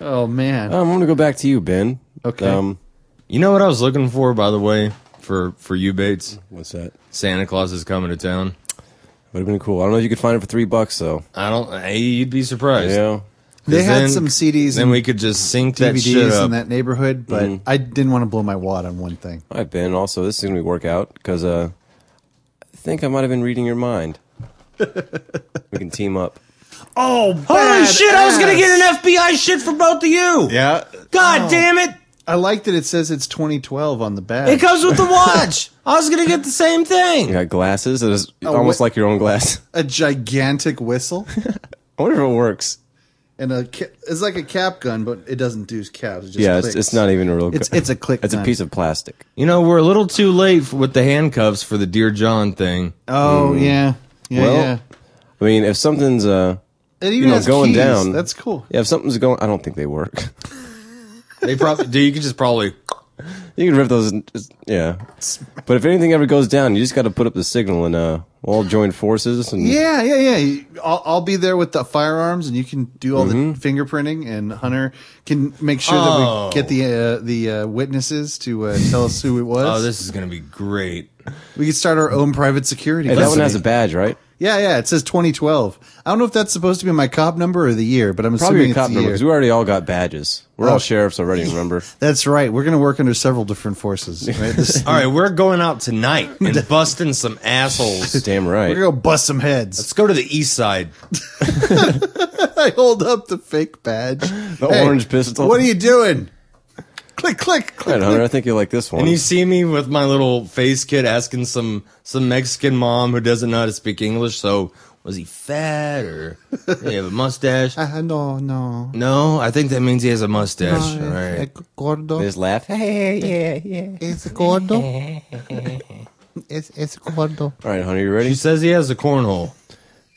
E: Oh man.
A: Um, I'm gonna go back to you, Ben.
E: Okay.
A: Um,
F: You know what I was looking for, by the way, for for you, Bates.
A: what's that?
F: Santa Claus is coming to town.
A: Would have been cool. I don't know if you could find it for three bucks though.
F: I don't. Hey, you'd be surprised.
A: Yeah.
E: They had
F: then-
E: some CDs
F: Then
E: and
F: we could just sync that shit
E: DVDs
F: up.
E: in that neighborhood, but
A: Mm-hmm.
E: I didn't want to blow my wad on one thing.
A: All right, Ben. Also, this is gonna be work out because uh, I think I might have been reading your
E: <laughs>
A: mind. we can team up. Oh,
F: Holy shit! I was gonna get an FBI shit for both of you.
A: Yeah.
F: God damn it!
E: I like that it says it's 2012 on the bag.
F: It comes with the watch. I was gonna get the same thing.
A: You got glasses. It's almost
E: Oh, wait.
A: like your own glass.
E: a gigantic whistle.
A: <laughs> I wonder if it works.
E: and a ca- it's like a cap gun, but it doesn't do caps. It just
A: yeah, it's,
E: clicks.
A: it's not even a real.
E: It's-
A: gu-
E: it's
A: <laughs>
E: a click
A: It's
E: gun.
A: a piece of plastic.
F: You know, we're a little too late with the handcuffs for the Dear John thing.
E: Oh yeah, yeah,
A: Mm-hmm. Well,
E: yeah.
A: I mean, if something's uh,
E: It even
A: you know,
E: has
A: going
E: keys.
A: down,
E: That's cool.
A: Yeah, if something's going, I don't think they work.
F: They probably do. You could just probably
A: <laughs> You can rip those. and just- Yeah. But if anything ever goes down, you just got to put up the signal and uh, we'll all join forces. And
E: Yeah, yeah, yeah. I'll, I'll be there with the firearms, and you can do all
A: Mm-hmm.
E: the fingerprinting, and Hunter can make sure
F: Oh.
E: that we get the uh, the uh, witnesses to uh, tell us who it was.
F: Oh, this is gonna be great.
E: we can start our own private security.
A: Hey, that one
E: company.
A: has a badge, right?
E: yeah, yeah. It says 2012. I don't know if that's supposed to be my cop number or the year, but I'm
A: Probably
E: assuming
A: a cop
E: it's the
A: number
E: year.
A: because we already all got badges. We're
E: Oh.
A: all sheriffs already, remember?
E: That's right. We're going to work under several different forces.
A: <laughs>
E: Right? This-
F: All right, we're going out tonight and busting some assholes.
A: Damn
E: we're
A: right.
E: going to go bust some heads.
F: Let's go to the east side.
E: <laughs> I hold up the fake badge.
A: <laughs>
E: The
A: orange pistol.
E: What are you doing? Click, click,
A: All <laughs>
E: click.
A: right, Hunter, I think you like this one.
F: And you see me with my little face kid asking some some Mexican mom who doesn't know how to speak English. So was he fat or did he have
A: <laughs>
F: a mustache?
E: Uh, no, no.
F: No, I think that means he has a mustache. All right.
E: It's gordo.
A: They just laugh. All
E: It's
A: <laughs>
E: gordo. it's, it's gordo.
A: right, Hunter, you ready?
F: He says he has a cornhole.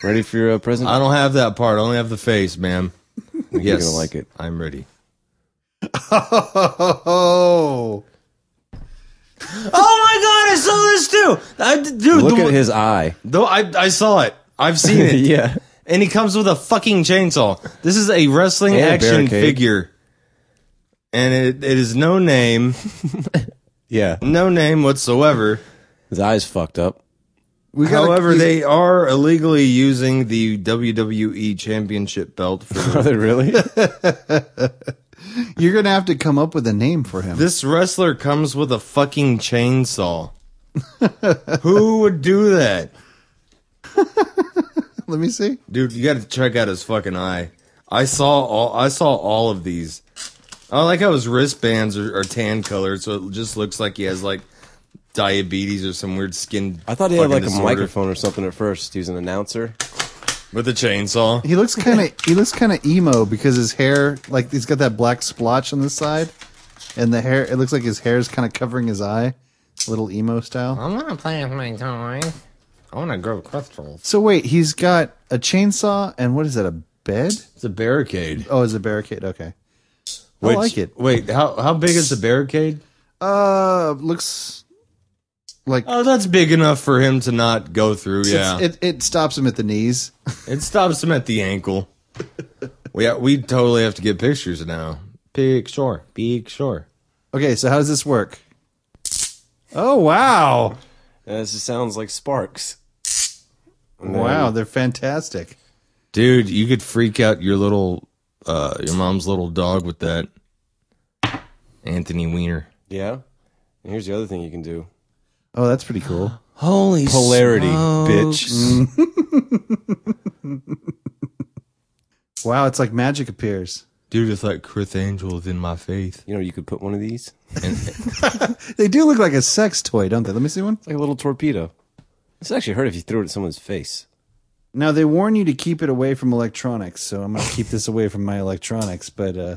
A: Ready for your uh, present?
F: I don't have that part. I only have the face, ma'am.
A: think <laughs>
F: Yes,
A: you're gonna like it.
F: I'm ready.
E: Oh.
F: Oh my god, I saw this too. I, dude,
A: Look
F: the,
A: at his eye.
F: Though I, I saw it. I've seen
A: <laughs>
F: it.
A: yeah.
F: And he comes with a fucking chainsaw. This is a wrestling
A: And a
F: action
A: barricade.
F: figure. And it, it is no name,
A: Yeah.
F: no name whatsoever.
A: His eye's fucked up.
E: We gotta-
F: However, they are illegally using the WWE Championship belt
A: <laughs>
F: for
A: Are they really?
E: You're going to have to come up with a name for him.
F: This wrestler comes with a fucking chainsaw. <laughs> Who would do that?
E: Let me see.
F: Dude, you gotta check out his fucking eye. I saw all I saw all of these. I like how his wristbands are, are tan colored, so it just looks like he has like diabetes or some weird skin.
A: I thought he had
F: fucking
A: like a
F: disorder.
A: microphone or something at first. He was an announcer.
F: with a chainsaw.
E: He looks kind of he looks kind of emo because his hair like he's got that black splotch on the side, and the hair it looks like his hair is kind of covering his eye, a little emo style.
G: I want to play with my toys. I want to grow crystals.
E: So wait, he's got a chainsaw and what is that? A bed?
F: It's a barricade.
E: Oh, it's a barricade. Okay,
F: Which-
E: I like it.
F: Wait, how how big is the barricade?
E: Uh, looks like
F: Oh, that's big enough for him to not go through. Yeah,
E: it it stops him at the knees.
F: It stops him at
A: <laughs>
F: the ankle. we we totally have to get pictures now. Picture, picture.
E: Okay, so how does this work? Oh wow,
A: Yeah, this just sounds like sparks.
E: wow, they're fantastic.
F: Dude, you could freak out your little, uh, your mom's little dog with that. Anthony Weiner.
A: Yeah. And here's the other thing you can do.
E: Oh, that's pretty cool.
F: Holy
A: Polarity, bitch.
E: Wow, it's like magic appears.
F: Dude, it's like Chris Angel is in my faith.
A: You know, you could put one of these.
E: They do look like a sex toy, don't they? Let me see one.
A: It's like a little torpedo. This actually hurt if you threw it at someone's face.
E: Now they warn you to keep it away from electronics, so I'm gonna keep this away from my electronics. But uh,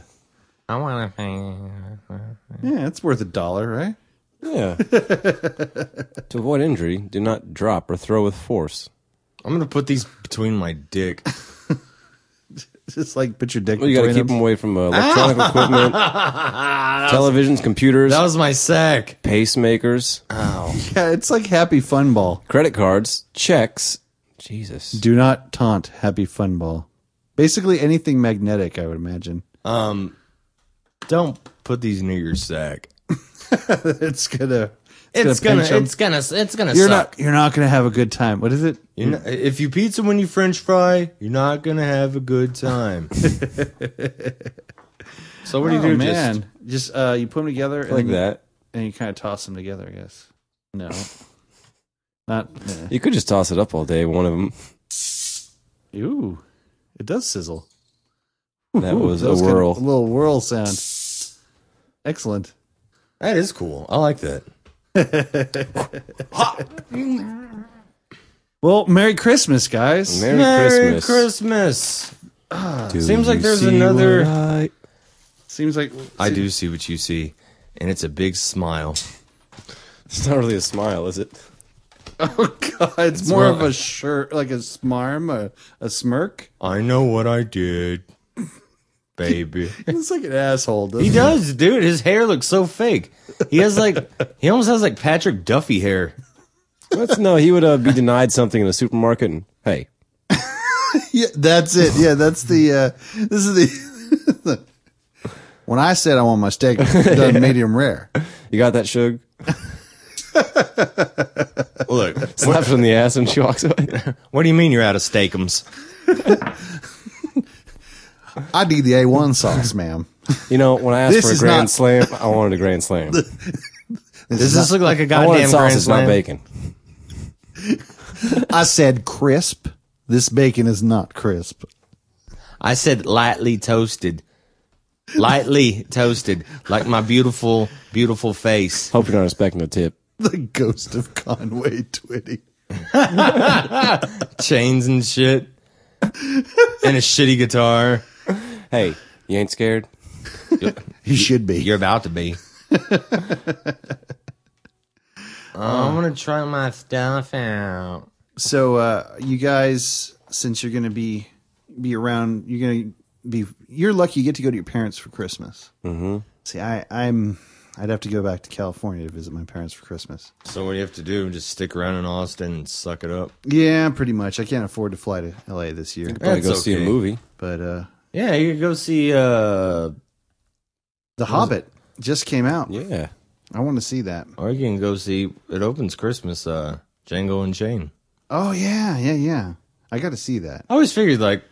G: I want to play.
E: yeah, it's worth a dollar, right? <laughs>
A: Yeah. to avoid injury, do not drop or throw with force.
F: I'm going to put these between my dick.
E: Just like put your dick.
A: Well, you got to
E: between
A: keep them away from uh, electronic equipment, televisions, computers,
F: That was my sack.
A: pacemakers,
E: Yeah, it's like Happy Fun Ball.
A: credit cards, checks. Jesus.
E: Do not taunt Happy Fun Ball. Basically anything magnetic, I would imagine. <laughs>
F: Um, don't put these near your sack.
E: It's gonna.
F: It's gonna,
E: pinch 'em.
F: it's gonna, it's gonna
E: You're
F: suck.
E: not. You're not gonna have a good time. What is it?
F: You're not, if you pizza when you French fry, you're not gonna have a good <laughs> time. so what do you
E: Oh,
F: do? Just
E: man, just, uh, you put them together and
A: like
E: then you-
A: that.
E: and you kind of toss them together. I guess. No, not. eh.
A: You could just toss it up all day, one of them.
E: Ooh, it does sizzle.
A: That
E: Ooh,
A: was a
E: kind of
A: whirl.
E: <laughs> a little whirl sound. Excellent.
F: that is cool. I like that.
E: Well, Merry Christmas, guys.
A: Merry,
F: Merry
A: Christmas.
F: Christmas.
A: Do
F: Seems like
A: you
F: there's
A: see
F: another-
A: what I-
E: Seems like
F: I do see what you see, and it's a big smile.
A: It's not really a smile, is it?
E: <laughs> Oh God, it's, more
F: wrong.
E: of a shirt, like a smarm, a, a smirk.
F: I know what I did. baby.
E: It's like an asshole. Doesn't
F: He does, dude. His hair looks so fake. He has like he almost has like Patrick Duffy hair.
A: What's, no, he would uh, be denied something in a supermarket and, hey,
E: <laughs> Yeah, that's it. Yeah, that's the. Uh, this is the. when I said I want my steak <laughs> done medium rare,
A: you got that, Suge?
F: Look,
A: Slaps her in the ass and she walks away.
F: what do you mean you're out of steakums?
E: I need the A1 sauce, ma'am.
A: You know, when I asked
E: This
A: for a
E: is
A: grand
E: not-
A: slam, I wanted a grand slam.
F: Does this look like a
A: I wanted
F: goddamn grand
A: sausage, not
F: slam?
A: bacon.
E: I said crisp. This bacon is not crisp.
F: I said lightly toasted, lightly toasted, like my beautiful, beautiful face.
A: Hope you're not expecting a tip.
E: The ghost of Conway Twitty.
F: chains and shit, <laughs> and a shitty guitar.
A: Hey, you ain't scared?
E: He should be.
F: You're about to <laughs> be.
G: I'm gonna try my stuff out.
E: So uh you guys since you're going to be be around you're going to be you're lucky you get to go to your parents for Christmas. Mhm.
F: Mm-hmm.
E: See, I I'm I'd have to go back to California to visit my parents for Christmas.
F: So what do you have to do? Just stick around in Austin and suck it up.
E: Yeah, pretty much. I can't afford to fly to LA this year,
A: Probably
F: That's
A: go see a
F: okay.
A: movie.
E: but uh
F: Yeah, you could go see. uh
E: The Hobbit just came out.
A: Yeah.
E: I want to see that.
F: Or you can go see. It opens Christmas. uh Django and Chain.
E: Oh yeah, yeah, yeah. I got to see that.
F: I always figured like,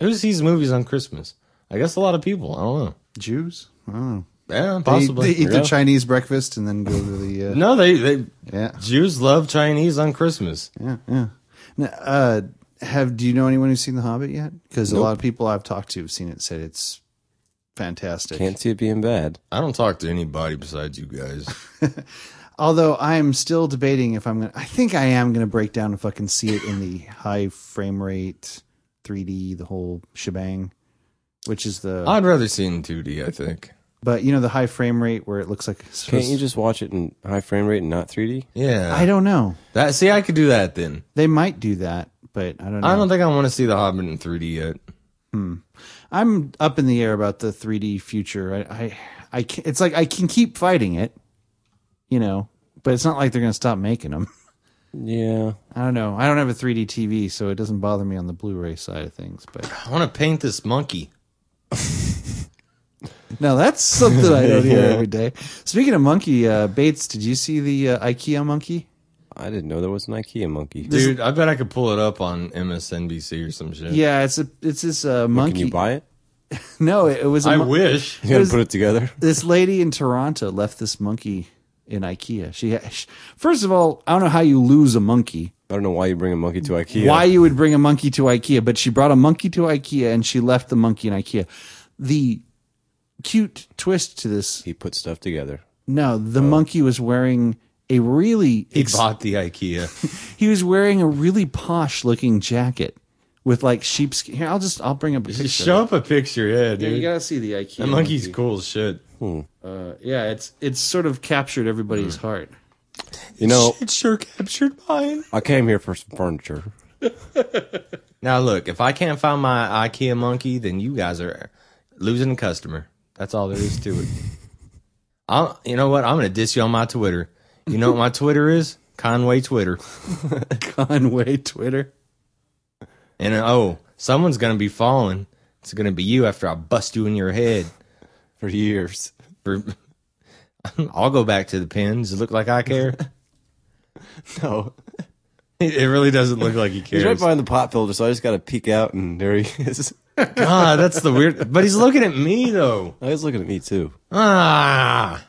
F: who sees movies on Christmas? I guess a lot of people. I don't know.
E: Jews? I don't know.
F: Yeah,
E: They-
F: possibly.
E: They, eat their
F: Yeah.
E: Chinese breakfast and then go to the uh,
F: <laughs> no, they they
E: yeah.
F: Jews love Chinese on Christmas.
E: Yeah, yeah. Now, uh, have do you know anyone who's seen The Hobbit yet? Because a lot of people I've talked to have seen it, said it's fantastic.
A: Can't see it being bad.
F: I don't talk to anybody besides you <laughs> guys.
E: Although I am still debating if I'm gonna. I think I am gonna break down if I can see it in the high frame rate, 3D, the whole shebang, which is the.
F: I'd rather see it in 2D. I think.
E: but you know the high frame rate where it looks like. it's
A: Can't
E: supposed-
A: you just watch it in high frame rate and not 3D?
F: Yeah,
E: I don't know.
F: That see, I could do that then.
E: They might do that, but I don't know.
F: I don't think I want to see The Hobbit in 3D yet.
E: I'm up in the air about the 3D future. I, I, I can, it's like I can keep fighting it, you know, but it's not like they're going to stop making them.
A: Yeah.
E: <laughs> I don't know. I don't have a 3D TV, so it doesn't bother me on the Blu-ray side of things. But <laughs>
F: I want to paint this monkey.
E: no, that's something I don't hear every day. Speaking of monkey, uh, Bates, did you see the uh, IKEA monkey?
A: I didn't know there was an IKEA monkey.
F: Dude, I bet I could pull it up on MSNBC or some shit.
E: Yeah, it's a it's this uh, monkey.
A: Can you buy it?
E: No, it, it was. a
F: I
E: mon-
F: <laughs> wish.
A: You gotta
E: was-
A: put it together.
E: this lady in Toronto left this monkey in IKEA. She, ha- she first of all, I don't know how you lose a monkey.
A: I don't know why you bring a monkey to IKEA.
E: why you would bring a monkey to IKEA, but she brought a monkey to IKEA and she left the monkey in IKEA. The cute twist to this
A: He put stuff together.
E: no, the monkey was wearing a really
F: Oh. He bought the IKEA.
E: he was wearing a really posh looking jacket with like sheepskin. Here, I'll just I'll bring up a picture.
F: <laughs> Show
E: of
F: up a picture, yeah,
E: it.
F: dude.
E: You gotta see the IKEA.
F: that monkey's cool as shit.
E: monkey. Yeah, it's it's sort of captured
F: Mm.
E: everybody's heart. <laughs>
A: You know,
F: <laughs> It sure captured mine.
A: I came here for some furniture.
F: Now look, if I can't find my IKEA monkey, then you guys are losing a customer. That's all there is <laughs> to it. I, you know what? I'm gonna diss you on my Twitter. You know what my Twitter is? Conway Twitter.
E: Conway Twitter.
F: And uh, oh, someone's gonna be falling. It's gonna be you after I bust you in your head. <laughs>
A: For years.
F: For, I'll go back to the pen. Does it look like I care?
A: No.
F: <laughs> it it really doesn't look <laughs> like he
A: He's right
F: cares.
A: behind the pot filter, so I just gotta peek out and there he is. <laughs>
F: God, that's the weird. But he's looking at me though.
A: Oh, He's looking at me too.
F: Ah,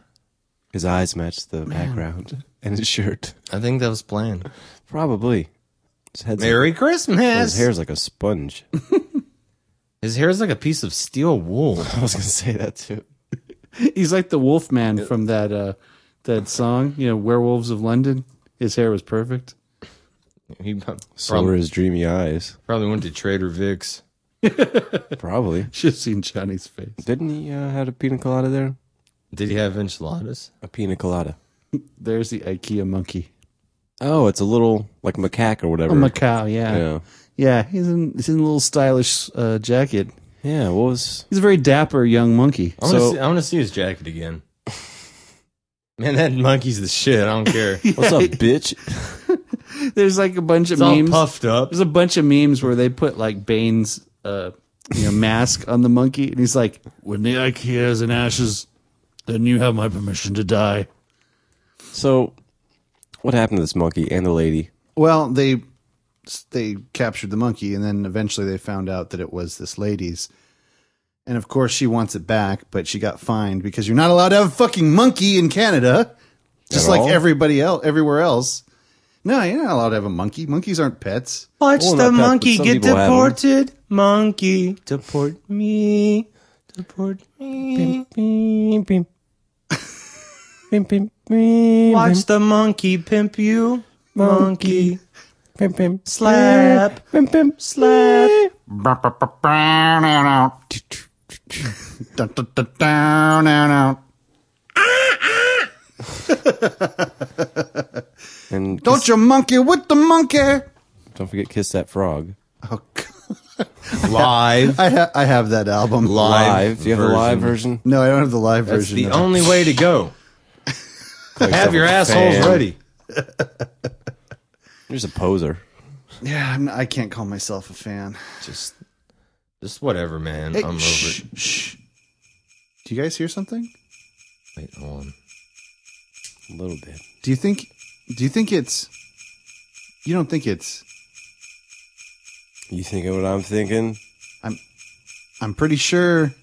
A: His eyes match the background and his shirt.
F: I think that was <laughs> planned.
A: Probably. His head's
F: Merry
A: like,
F: Christmas.
A: his hair's like a sponge. <laughs>
F: His hair is like a piece of steel wool.
A: I was gonna say that too.
E: He's like the wolf man from that uh that song, you know, Werewolves of London. His hair was perfect. <laughs>
F: He pro-
A: So were
F: probably,
A: his dreamy eyes.
F: probably went to Trader Vic's.
A: Probably.
E: Should have seen Johnny's face.
A: Didn't he uh, had a pina colada there?
F: Did he have enchiladas?
A: A pina colada.
E: There's the IKEA monkey.
A: Oh, it's a little like macaque or whatever.
E: A Macau, yeah. yeah.
A: Yeah.
E: he's in he's in a little stylish uh, jacket.
A: Yeah, what was
H: He's a very dapper young monkey.
E: Oh.
F: I want to
H: so
F: see, I wanna see his jacket again. <laughs> Man, that monkey's the shit. I
E: <laughs>
F: don't care.
A: what's up, <laughs> bitch?
H: there's like a bunch of
F: It's all
H: memes.
F: puffed up.
H: There's a bunch of memes where they put like Bane's uh, you know, mask on the monkey, and he's like, "When the IKEA is in ashes, then you have my permission to die."
A: So, what happened to this monkey and the lady?
E: Well, they they captured the monkey, and then eventually they found out that it was this lady's. And of course, she wants it back, but she got fined because you're not allowed to have a fucking monkey in Canada, just
A: At
E: like
A: all?
E: everybody else, everywhere else. No, you're not allowed to have a monkey. Monkeys aren't
F: <laughs>
E: pets.
F: Watch
A: Well, not that, but some people have 'em.
F: Monkey, deport me. Deport me. Watch the monkey pimp you. Monkey. Slap. Slap.
E: Dun, dun, dun, dun, dun, dun.
A: And kiss-
E: Don't you monkey with the monkey?
A: don't forget, kiss that frog.
E: Oh, God. <laughs>
F: Live.
E: I ha- I have that album
F: Live.
A: Live. Do you have the live version?
E: No, I don't have the live
F: That's
E: version.
F: the
E: of it.
F: only way to go. Have your assholes
A: fan.
F: ready.
A: You're just a poser.
E: yeah, I'm, I can't call myself a fan.
F: Just, just whatever, man.
E: Hey,
F: I'm over
E: shh,
F: it.
E: shh. Do you guys hear something?
F: Wait, hold on.
A: A little bit.
E: Do you think? Do you think it's? You don't think it's?
A: You thinking what I'm thinking?
E: I'm pretty sure.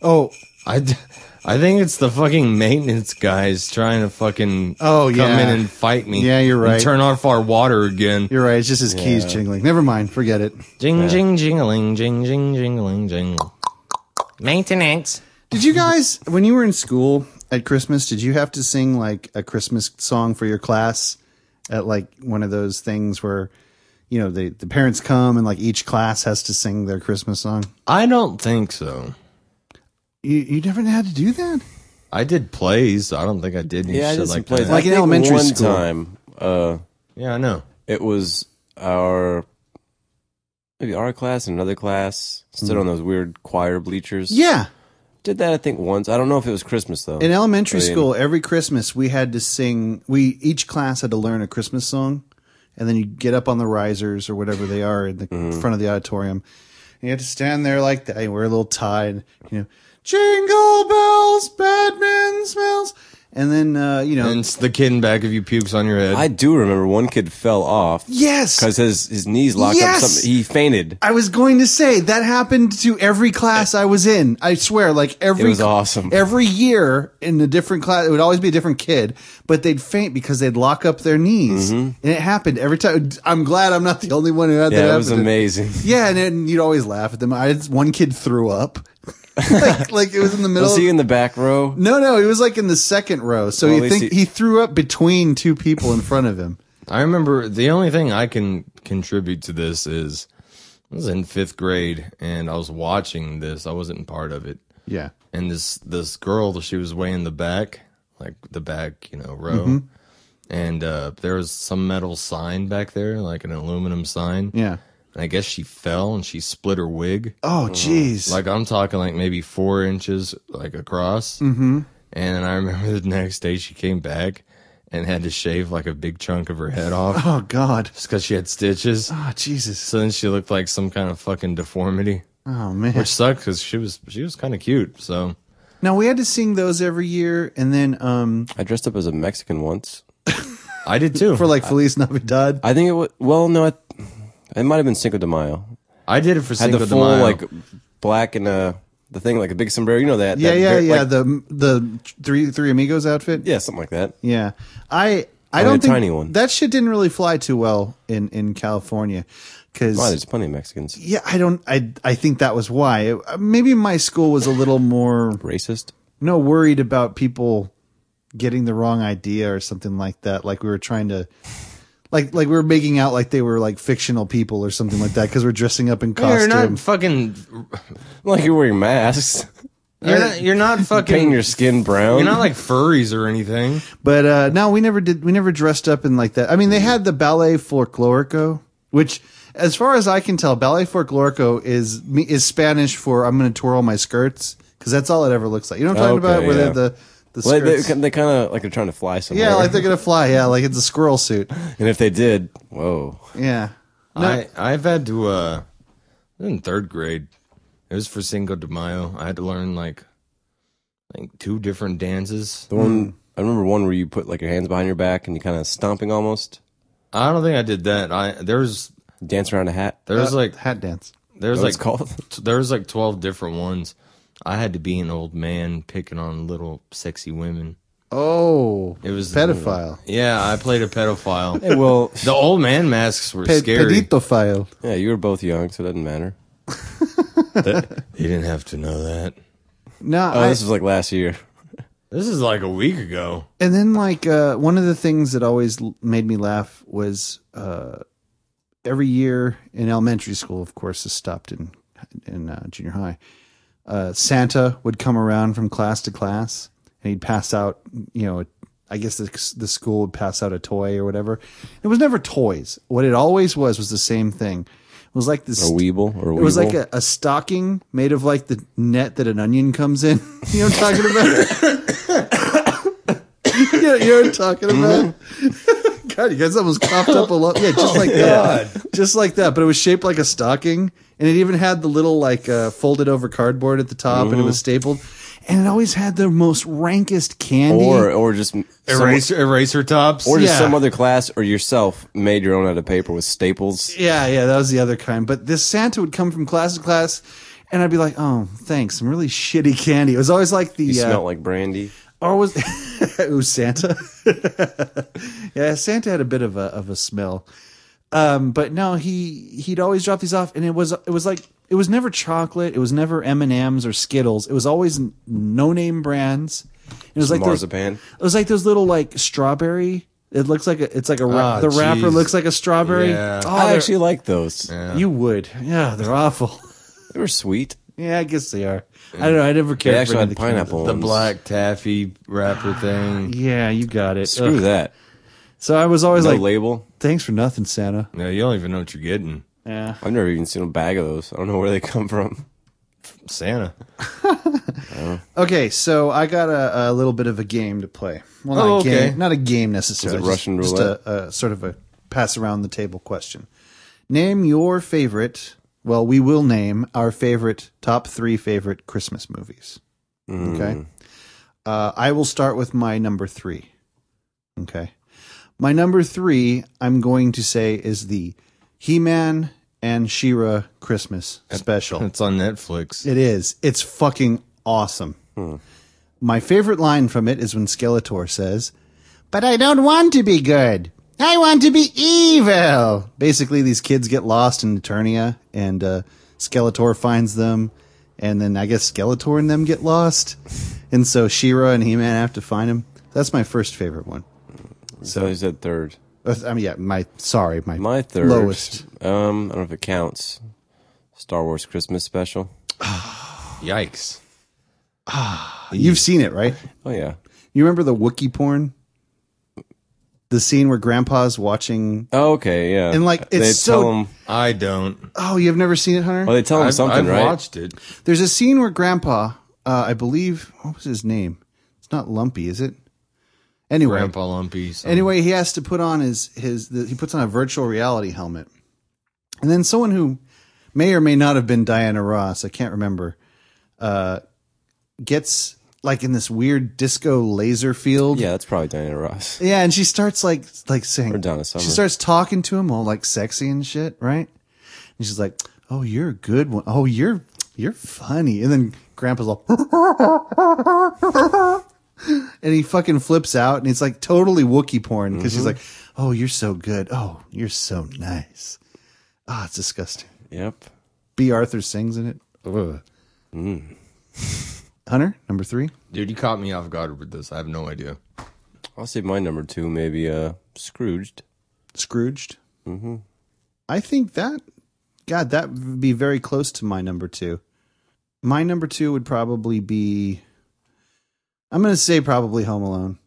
E: Oh,
F: I, d- I think it's the fucking maintenance guys trying to fucking
E: Oh,
F: come
E: yeah.
F: in and fight me.
E: Yeah, you're
F: and
E: right.
F: turn off our water again.
E: you're right. It's just his keys jingling. Never mind. Forget it.
F: Jing jing jingling jing jing jingling jing.
G: Maintenance.
E: Did you guys, when you were in school at Christmas, did you have to sing like a Christmas song for your class at like one of those things where, you know, the the parents come and like each class has to sing their Christmas song?
F: I don't think so.
E: You you never had to do that.
F: I did plays. I don't think I did any
A: Yeah, I
F: shit
A: just
F: like
A: like
F: that.
A: played
E: Like in
A: I think
E: elementary
A: one
E: school.
A: time. Uh,
F: yeah, I know.
A: it was our maybe our class and another class stood on those weird choir bleachers.
E: Mm-hmm. Yeah.
A: did that I think once. I don't know if it was Christmas though.
E: In elementary
A: I mean-
E: school, every Christmas we had to sing. We each class had to learn a Christmas song, and then you get up on the risers or whatever they are in the
A: Mm-hmm.
E: front of the auditorium, and you have to stand there like that. You wear a little tie, and you know, jingle bells, Batman smells, and then uh, you know,
F: And it's the kid in back of you pukes on your head.
A: I do remember one kid fell off.
E: Yes!
A: because his his knees locked
E: Yes!
A: up. Something he fainted.
E: I was going to say that happened to every class I was in. I swear, like every
A: It was awesome.
E: Every year in a different class, it would always be a different kid, but they'd faint because they'd lock up their knees, and it happened every time. I'm glad I'm not the only one who had that.
A: Mm-hmm. Yeah, it was
E: happen to-
A: amazing.
E: Yeah, and, then you'd always laugh at them. I had one kid threw
A: <laughs>
E: up, like, like it was in the middle.
A: Was
E: of-
A: he in the back row?
E: no, no, he was like in the second row. So
A: Well, at
E: you
A: least
E: think
A: he-
E: he threw up between two people in front of him.
F: I remember the only thing I can contribute to this is I was in fifth grade and I was watching this. I wasn't part of it.
E: Yeah.
F: and this this girl she was way in the back like the back you know row
A: Mm-hmm.
F: and uh there was some metal sign back there like an aluminum sign
E: Yeah.
F: and i guess she fell and she split her
A: Mm.
F: wig
E: Oh, jeez.
F: like i'm talking like maybe four inches like across mm-hmm. and i remember <laughs> the next day she came back and had to shave like a big chunk of her head off
E: oh, God.
F: just because she had stitches
E: Oh, Jesus.
F: so then she looked like some kind of fucking deformity
E: Oh, man.
F: which sucked because she was she was kind of cute so
E: No, we had to sing those every year, and then um,
A: I dressed up as a Mexican once.
F: i did too
E: for like Feliz Navidad.
A: I think it was. Well, no, it, it might have been Cinco de Mayo.
F: I did it for
A: Had
F: Cinco
A: the
F: de
A: full
F: Mayo.
A: like black and uh the thing like a big sombrero. You know that?
E: yeah,
A: that
E: yeah,
A: very-
E: yeah.
A: like-
E: the the three three amigos outfit.
A: yeah, something like that.
E: yeah. I I
A: Only
E: don't
A: a
E: think
A: tiny one.
E: that shit didn't really fly too well in in California because
A: Wow, there's plenty of Mexicans.
E: yeah, I don't I I think that was why It- maybe my school was a little more
A: Racist.
E: no worried about people getting the wrong idea or something like that. Like we were trying to. Like, like we were making out like they were like fictional people or something like that because we're dressing up in costume.
F: you're not fucking.
A: Like you're wearing
E: <laughs>
A: masks, <laughs>
F: You're not. You're not fucking.
A: painting your skin brown.
F: You're not like furries or anything.
E: But
A: Mm.
E: uh, no, we never did. We never dressed up in like that. I mean, they had the ballet folklorico, which as far as I can tell, Ballet Folklorico is me- is Spanish for I'm going to twirl my skirts because that's all it ever looks like. You know what I'm talking
A: Okay,
E: about? Where they
A: yeah.
E: have the the
A: Well, they,
E: skirts.
A: they kind of like they're trying to fly somewhere.
E: yeah,
A: <laughs>
E: like they're gonna fly. Yeah, like it's a squirrel suit.
A: and if they did, whoa,
E: Yeah,
F: I I've had to uh in third grade. It was for Cinco de Mayo. I had to learn like like two different dances.
A: the
E: Mm.
A: one I remember one where you put like your hands behind your back and you kind of stomping almost,
F: I don't think I did that. I there was
A: dance around a hat.
F: there was like
E: hat dance.
F: there was
A: That's
F: like
A: like, called.
E: <laughs>
F: t- there was like twelve different ones. I had to be an old man picking on little sexy women.
E: Oh,
F: It was
E: pedophile.
F: Yeah, I played a pedophile.
A: <laughs> Hey, well,
F: the old man masks were
E: Pe-
F: scary.
E: pedophile.
A: yeah, you were both young, so it doesn't matter.
F: you didn't have to know that.
E: No,
A: Oh,
E: I-
A: this was like last year.
F: This is like a week ago.
E: And then, like, uh, one of the things that always l- made me laugh was uh, every year in elementary school, of course, this stopped in in uh, junior high. Uh, Santa would come around from class to class, and he'd pass out. You know, I guess the, the school would pass out a toy or whatever. It was never toys. What it always was was the same thing. It was like this
A: A weeble or a
E: it was
A: weevil?
E: like a, a stocking made of like the net that an onion comes in. <laughs> You know what I'm talking about? <laughs> you, know, you know what I'm talking
A: Mm-hmm.
E: about? <laughs> God, you guys almost coughed up a lot. Yeah,
A: Oh,
E: just like that. Just like that. But it was shaped like a stocking. And it even had the little like uh, folded over cardboard at the top and it was
A: Mm-hmm.
E: stapled. And it always had the most rankest candy.
A: or or just some-
F: Eraser, eraser tops.
A: or just
E: Yeah.
A: some other class or yourself made your own out of paper with staples.
E: Yeah, yeah, that was the other kind. But this Santa would come from class to class, and I'd be like, "Oh, thanks, some really shitty candy." It was always like the
A: You
E: uh,
A: smelled like brandy.
E: or was <laughs> it was Santa? <laughs> yeah, Santa had a bit of a of a smell. Um, but no, he he'd always drop these off, and it was it was like it was never chocolate, it was never M and M's or Skittles, it was always no name brands. It was like those-
A: marzipan.
E: it was like those little like strawberry. It looks like a, it's like a wrap.
F: Ah,
E: the wrapper
F: geez.
E: looks like a strawberry.
F: Yeah.
E: Oh,
A: I
E: they're-
A: actually like those.
E: you would. Yeah, they're awful. <laughs>
A: They were sweet.
E: yeah, I guess they are. I don't know. I never
A: They
E: cared for
A: actually
E: any
A: had
E: of the
A: pineapple.
F: the
A: ones.
F: black taffy wrapper thing.
E: candy. Yeah, you got it.
A: Screw
E: Ugh.
A: that.
E: So I was always
A: No
E: like,
A: label.
E: "Thanks for nothing, Santa."
F: No, you don't even know what you're getting.
E: Yeah.
A: I've never even seen a bag of those. I don't know where they come from.
F: Santa. <laughs>
E: Okay, so I got a, a little bit of a game to play. Well, not
F: Oh,
E: a game,
F: okay.
E: not a game necessarily.
A: Is it Russian
E: just,
A: roulette?
E: Just a, a sort of a pass around the table question. Name your favorite. Well, we will name our favorite top three favorite Christmas movies.
A: Hmm.
E: Okay. Uh, I will start with my number three. Okay. My number three, I'm going to say, is the He-Man and She-Ra Christmas special.
F: It's on Netflix.
E: It is. It's fucking awesome. My favorite line from it is when Skeletor says, But I don't want to be good. I want to be evil. Basically, these kids get lost in Eternia, and uh, Skeletor finds them, and then I guess Skeletor and them get lost. And so She-Ra and He-Man have to find him. That's my first favorite one.
A: So he said third.
E: Uh, I mean, yeah, my, sorry, my,
A: My third.
E: lowest.
A: Um, I don't know if it counts. Star Wars Christmas special.
F: Yikes.
E: You've seen it, right?
A: Oh yeah.
E: You remember the Wookiee porn? The scene where Grandpa's watching
A: Oh, okay, yeah.
E: And, like,
A: they
E: it's so-
A: tell him.
F: I don't.
E: Oh, you've never seen it, Hunter?
A: Well, they tell him
F: I've,
A: something,
F: I've
A: right?
F: watched it.
E: There's a scene where Grandpa, uh, I believe, what was his name? It's not Lumpy, is it? Anyway,
F: Grandpa Lumpy. so-
E: anyway, he has to put on his his the, he puts on a virtual reality helmet, and then someone who may or may not have been Diana Ross, I can't remember, uh, gets like in this weird disco laser field.
A: Yeah, that's probably Diana
E: <laughs>
A: Ross.
E: Yeah, and she starts like like saying
A: Donna Summer.
E: She starts talking to him all like sexy and shit, right? And she's like, "Oh, you're a good one. Oh, you're you're funny." And then Grandpa's all, <laughs> and he fucking flips out, and it's like totally Wookie porn because
A: Mm-hmm.
E: she's like, "Oh, you're so good. Oh, you're so nice." Ah, it's disgusting.
A: Yep.
E: B. Arthur sings in it. Ugh. Hunter number three.
F: Dude, you caught me off guard with this. I have no idea.
A: I'll save my number two, maybe uh Scrooged.
E: Scrooged. Mm-hmm. I think that, God, that would be very close to my number two. My number two would probably be, I'm going to say probably Home Alone.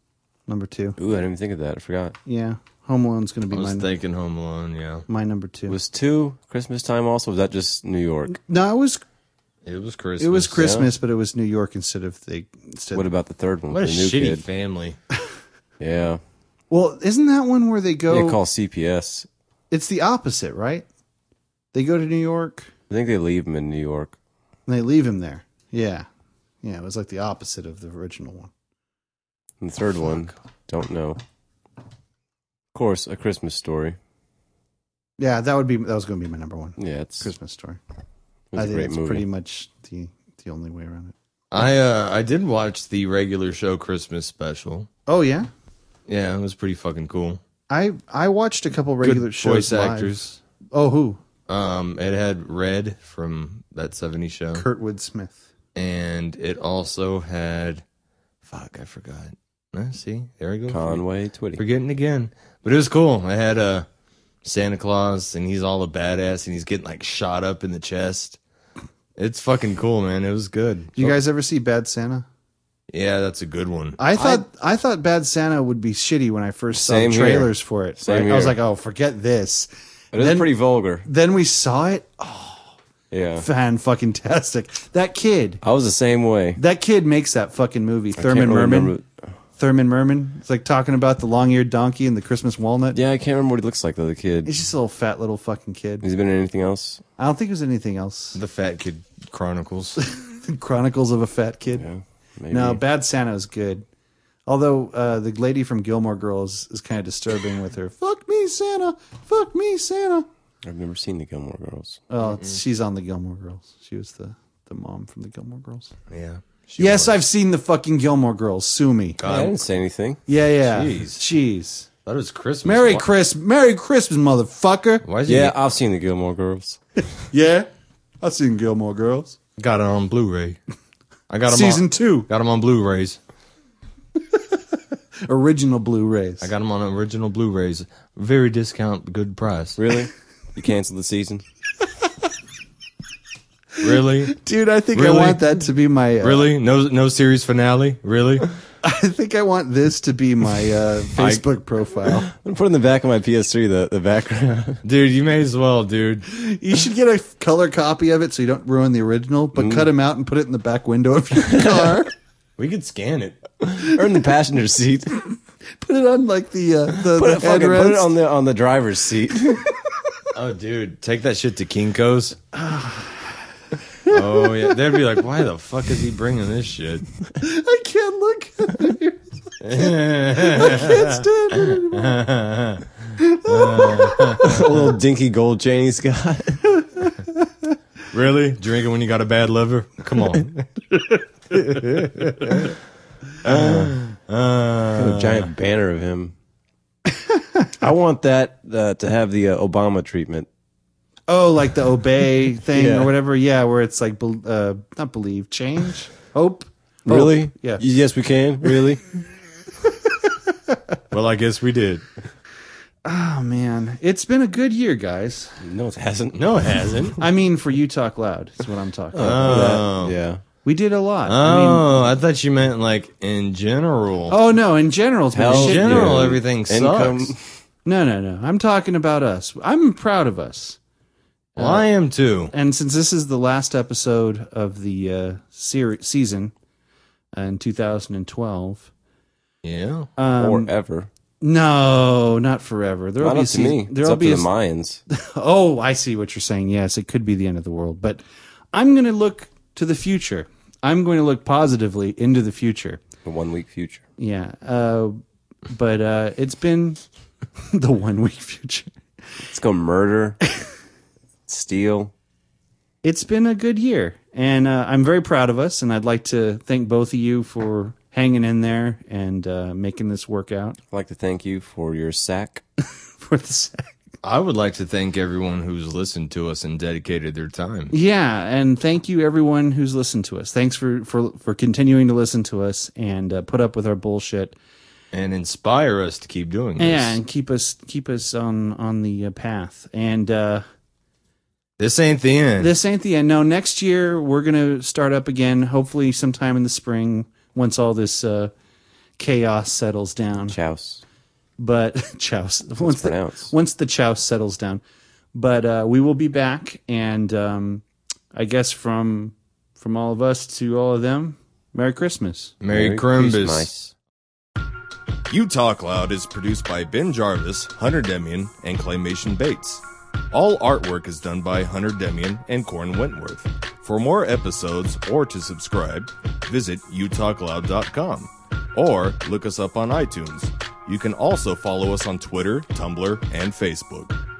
E: number two.
A: Ooh, I didn't even think of that. I forgot.
E: Yeah, Home Alone's going to
F: I
E: be
F: was
E: my,
F: thinking Home Alone. Yeah,
E: my number two.
A: Was two Christmas time also? Was that just New York?
E: no, it was
F: it was Christmas.
E: it was Christmas, but it was New York instead of the instead.
A: What about the third one?
F: What a
A: the new
F: shitty
A: kid.
F: family.
A: yeah.
E: well, isn't that one where they go?
A: They call CPS.
E: it's the opposite, right? They go to New York
A: I think they leave him in New York.
E: and they leave him there. Yeah, yeah, it was like the opposite of the original one.
A: And the
E: Oh,
A: third one, don't know. Of course, a Christmas story.
E: Yeah, that would be that was going to be my number one
A: Yeah, it's, it's
E: Christmas story.
A: a
E: I think
A: great
E: it's
A: movie.
E: pretty much the the only way around it.
F: I uh, I did watch the regular show Christmas special.
E: Oh yeah,
F: Yeah, it was pretty fucking cool.
E: I I watched a couple regular
F: Good
E: shows.
F: voice
E: live.
F: actors.
E: Oh, who?
F: Um, it had Red from that '70s show,
E: Kurtwood Smith.
F: and it also had, fuck, I forgot. No, see, there we go.
A: Conway Twitty.
F: Forgetting again, but it was cool. I had uh, Santa Claus, and he's all a badass, and he's getting like shot up in the chest. It's fucking cool, man. It was good.
A: Oh.
E: Do you guys ever see Bad Santa?
F: Yeah, that's a good one.
E: I thought I, thought Bad Santa would be shitty when I first saw
A: Same
E: the
A: here.
E: trailers for it.
A: Same
E: right? I was
A: here.
E: like, oh, forget this.
A: It is
E: Then-
A: pretty vulgar.
E: Then we saw it.
A: Yeah.
E: Fan fucking tastic. That kid.
A: I was the same way.
E: That kid makes that fucking movie. Thurman
A: really
E: Merman.
A: remember-
E: Thurman Merman. It's like talking about the long-eared donkey and the Christmas walnut.
A: Yeah, I can't remember what he looks like though. The kid.
E: He's just a little fat little fucking kid.
A: Has he been in anything else?
E: I don't think it was anything else.
F: The Fat Kid
E: <laughs>
F: Chronicles.
E: Chronicles of a Fat Kid.
A: Maybe.
E: No, Bad Santa is good. Although uh, the lady from Gilmore Girls is kind of disturbing with her "fuck me Santa, fuck me Santa."
A: I've never seen the Gilmore Girls.
E: Oh,
F: Mm-hmm.
E: it's- she's on the Gilmore Girls. She was the the mom from the Gilmore Girls.
F: yeah.
E: yes, I've seen the fucking Gilmore Girls. Sue me.
A: I didn't say anything.
E: Yeah, yeah.
F: Jeez.
E: Jeez.
F: That was Christmas.
E: Merry
F: Why-
E: Christmas, Merry Christmas, motherfucker.
F: Why is
A: Yeah,
F: he
A: I've seen the Gilmore Girls.
E: Yeah, I've seen Gilmore Girls
F: got it on Blu-ray? I got 'em
E: season
F: on,
E: two,
F: Got 'em on Blu-rays.
E: original Blu-rays.
F: I got 'em on original Blu-rays. Very discount, good
E: <laughs>
F: price.
A: Really? you canceled the season?
F: Really,
E: Dude, I think
F: Really?
E: I want that to be my uh,
F: really? No, no series finale. <laughs> Really?
E: I think I want this to be my <laughs> uh, Facebook profile.
A: I'm putting the back of my PS3 the, the
E: <laughs>
A: background.
F: Dude, you may as well, dude.
E: You should get a f- color copy of it so you don't ruin the original, but cut him out and put it in the back window of <laughs> your car.
F: We could scan it.
A: or in the passenger seat.
E: put it on like the uh, the,
A: Put
E: the
A: it, fucking, put it
E: headrest.
A: on the on the driver's seat.
F: Oh, dude, take that shit to <sighs> Kinko's. oh yeah, they'd be like, "Why the fuck is he bringing this shit?"
E: <laughs> I can't look. I <laughs> can't stand it anymore.
A: a little dinky gold chain he's got.
F: Really? Drinking when you got a bad liver? Come on.
A: a giant banner of him. I want that uh, to have the uh, Obama treatment.
E: Oh, like the obey thing
A: Yeah.
E: or whatever. Yeah, where it's like bel uh, not believe, change, hope.
A: Really?
E: yeah.
A: Yes, we can. Really?
F: well, I guess we did.
E: Oh man, it's been a good year, guys.
A: no, it hasn't.
F: No, it hasn't.
E: I mean, for you talk loud is what I'm talking. about.
A: Oh. yeah.
E: We did a lot. I mean,
F: Oh, I thought you meant like in general.
E: Oh no! In general, it's been
A: Hell
E: shit.
F: general,
A: yeah.
F: everything
A: Income-
F: sucks.
E: No, no, no. I'm talking about us. I'm proud of us.
F: Well, I am too.
E: And since this is the last episode of the uh, series season uh, in 2012,
F: Yeah.
A: or ever.
E: no, not forever. There'll
A: Not
E: be
A: up
E: a
A: to
E: season.
A: me. It's
E: There'll
A: up to
E: be
A: the
E: a,
A: Mayans.
E: oh, I see what you're saying. Yes, it could be the end of the world, but I'm going to look to the future. I'm going to look positively into the future.
A: the one week future.
E: Yeah. Uh, but uh, it's been <laughs> the one week future.
A: Let's go murder, steal.
E: it's been a good year, and uh, I'm very proud of us. And I'd like to thank both of you for hanging in there and uh, making this work out
A: I'd like to thank you for your sack.
E: <laughs> for the sack.
F: I would like to thank everyone who's listened to us and dedicated their time.
E: Yeah, and thank you everyone who's listened to us. Thanks for for for continuing to listen to us and uh, put up with our bullshit.
F: and inspire us to keep doing this.
E: Yeah, and keep us keep us on on the uh, path. And uh,
F: This ain't the end.
E: this ain't the end. No, next year we're gonna start up again. Hopefully, sometime in the spring once all this uh, chaos settles down.
A: Chouse.
E: but <laughs> chouse once the,
A: pronounced.
E: once the chouse settles down but uh, we will be back and um, i guess from from all of us to all of them merry christmas
F: Merry Crimbus.
A: Christmas.
F: You Talk Loud is produced by Ben Jarvis, Hunter Demian, and Claymation Bates. All artwork is done by Hunter Demian and Corin Wentworth. For more episodes or to subscribe, visit utalkloud.com or look us up on iTunes. You can also follow us on Twitter, Tumblr, and Facebook.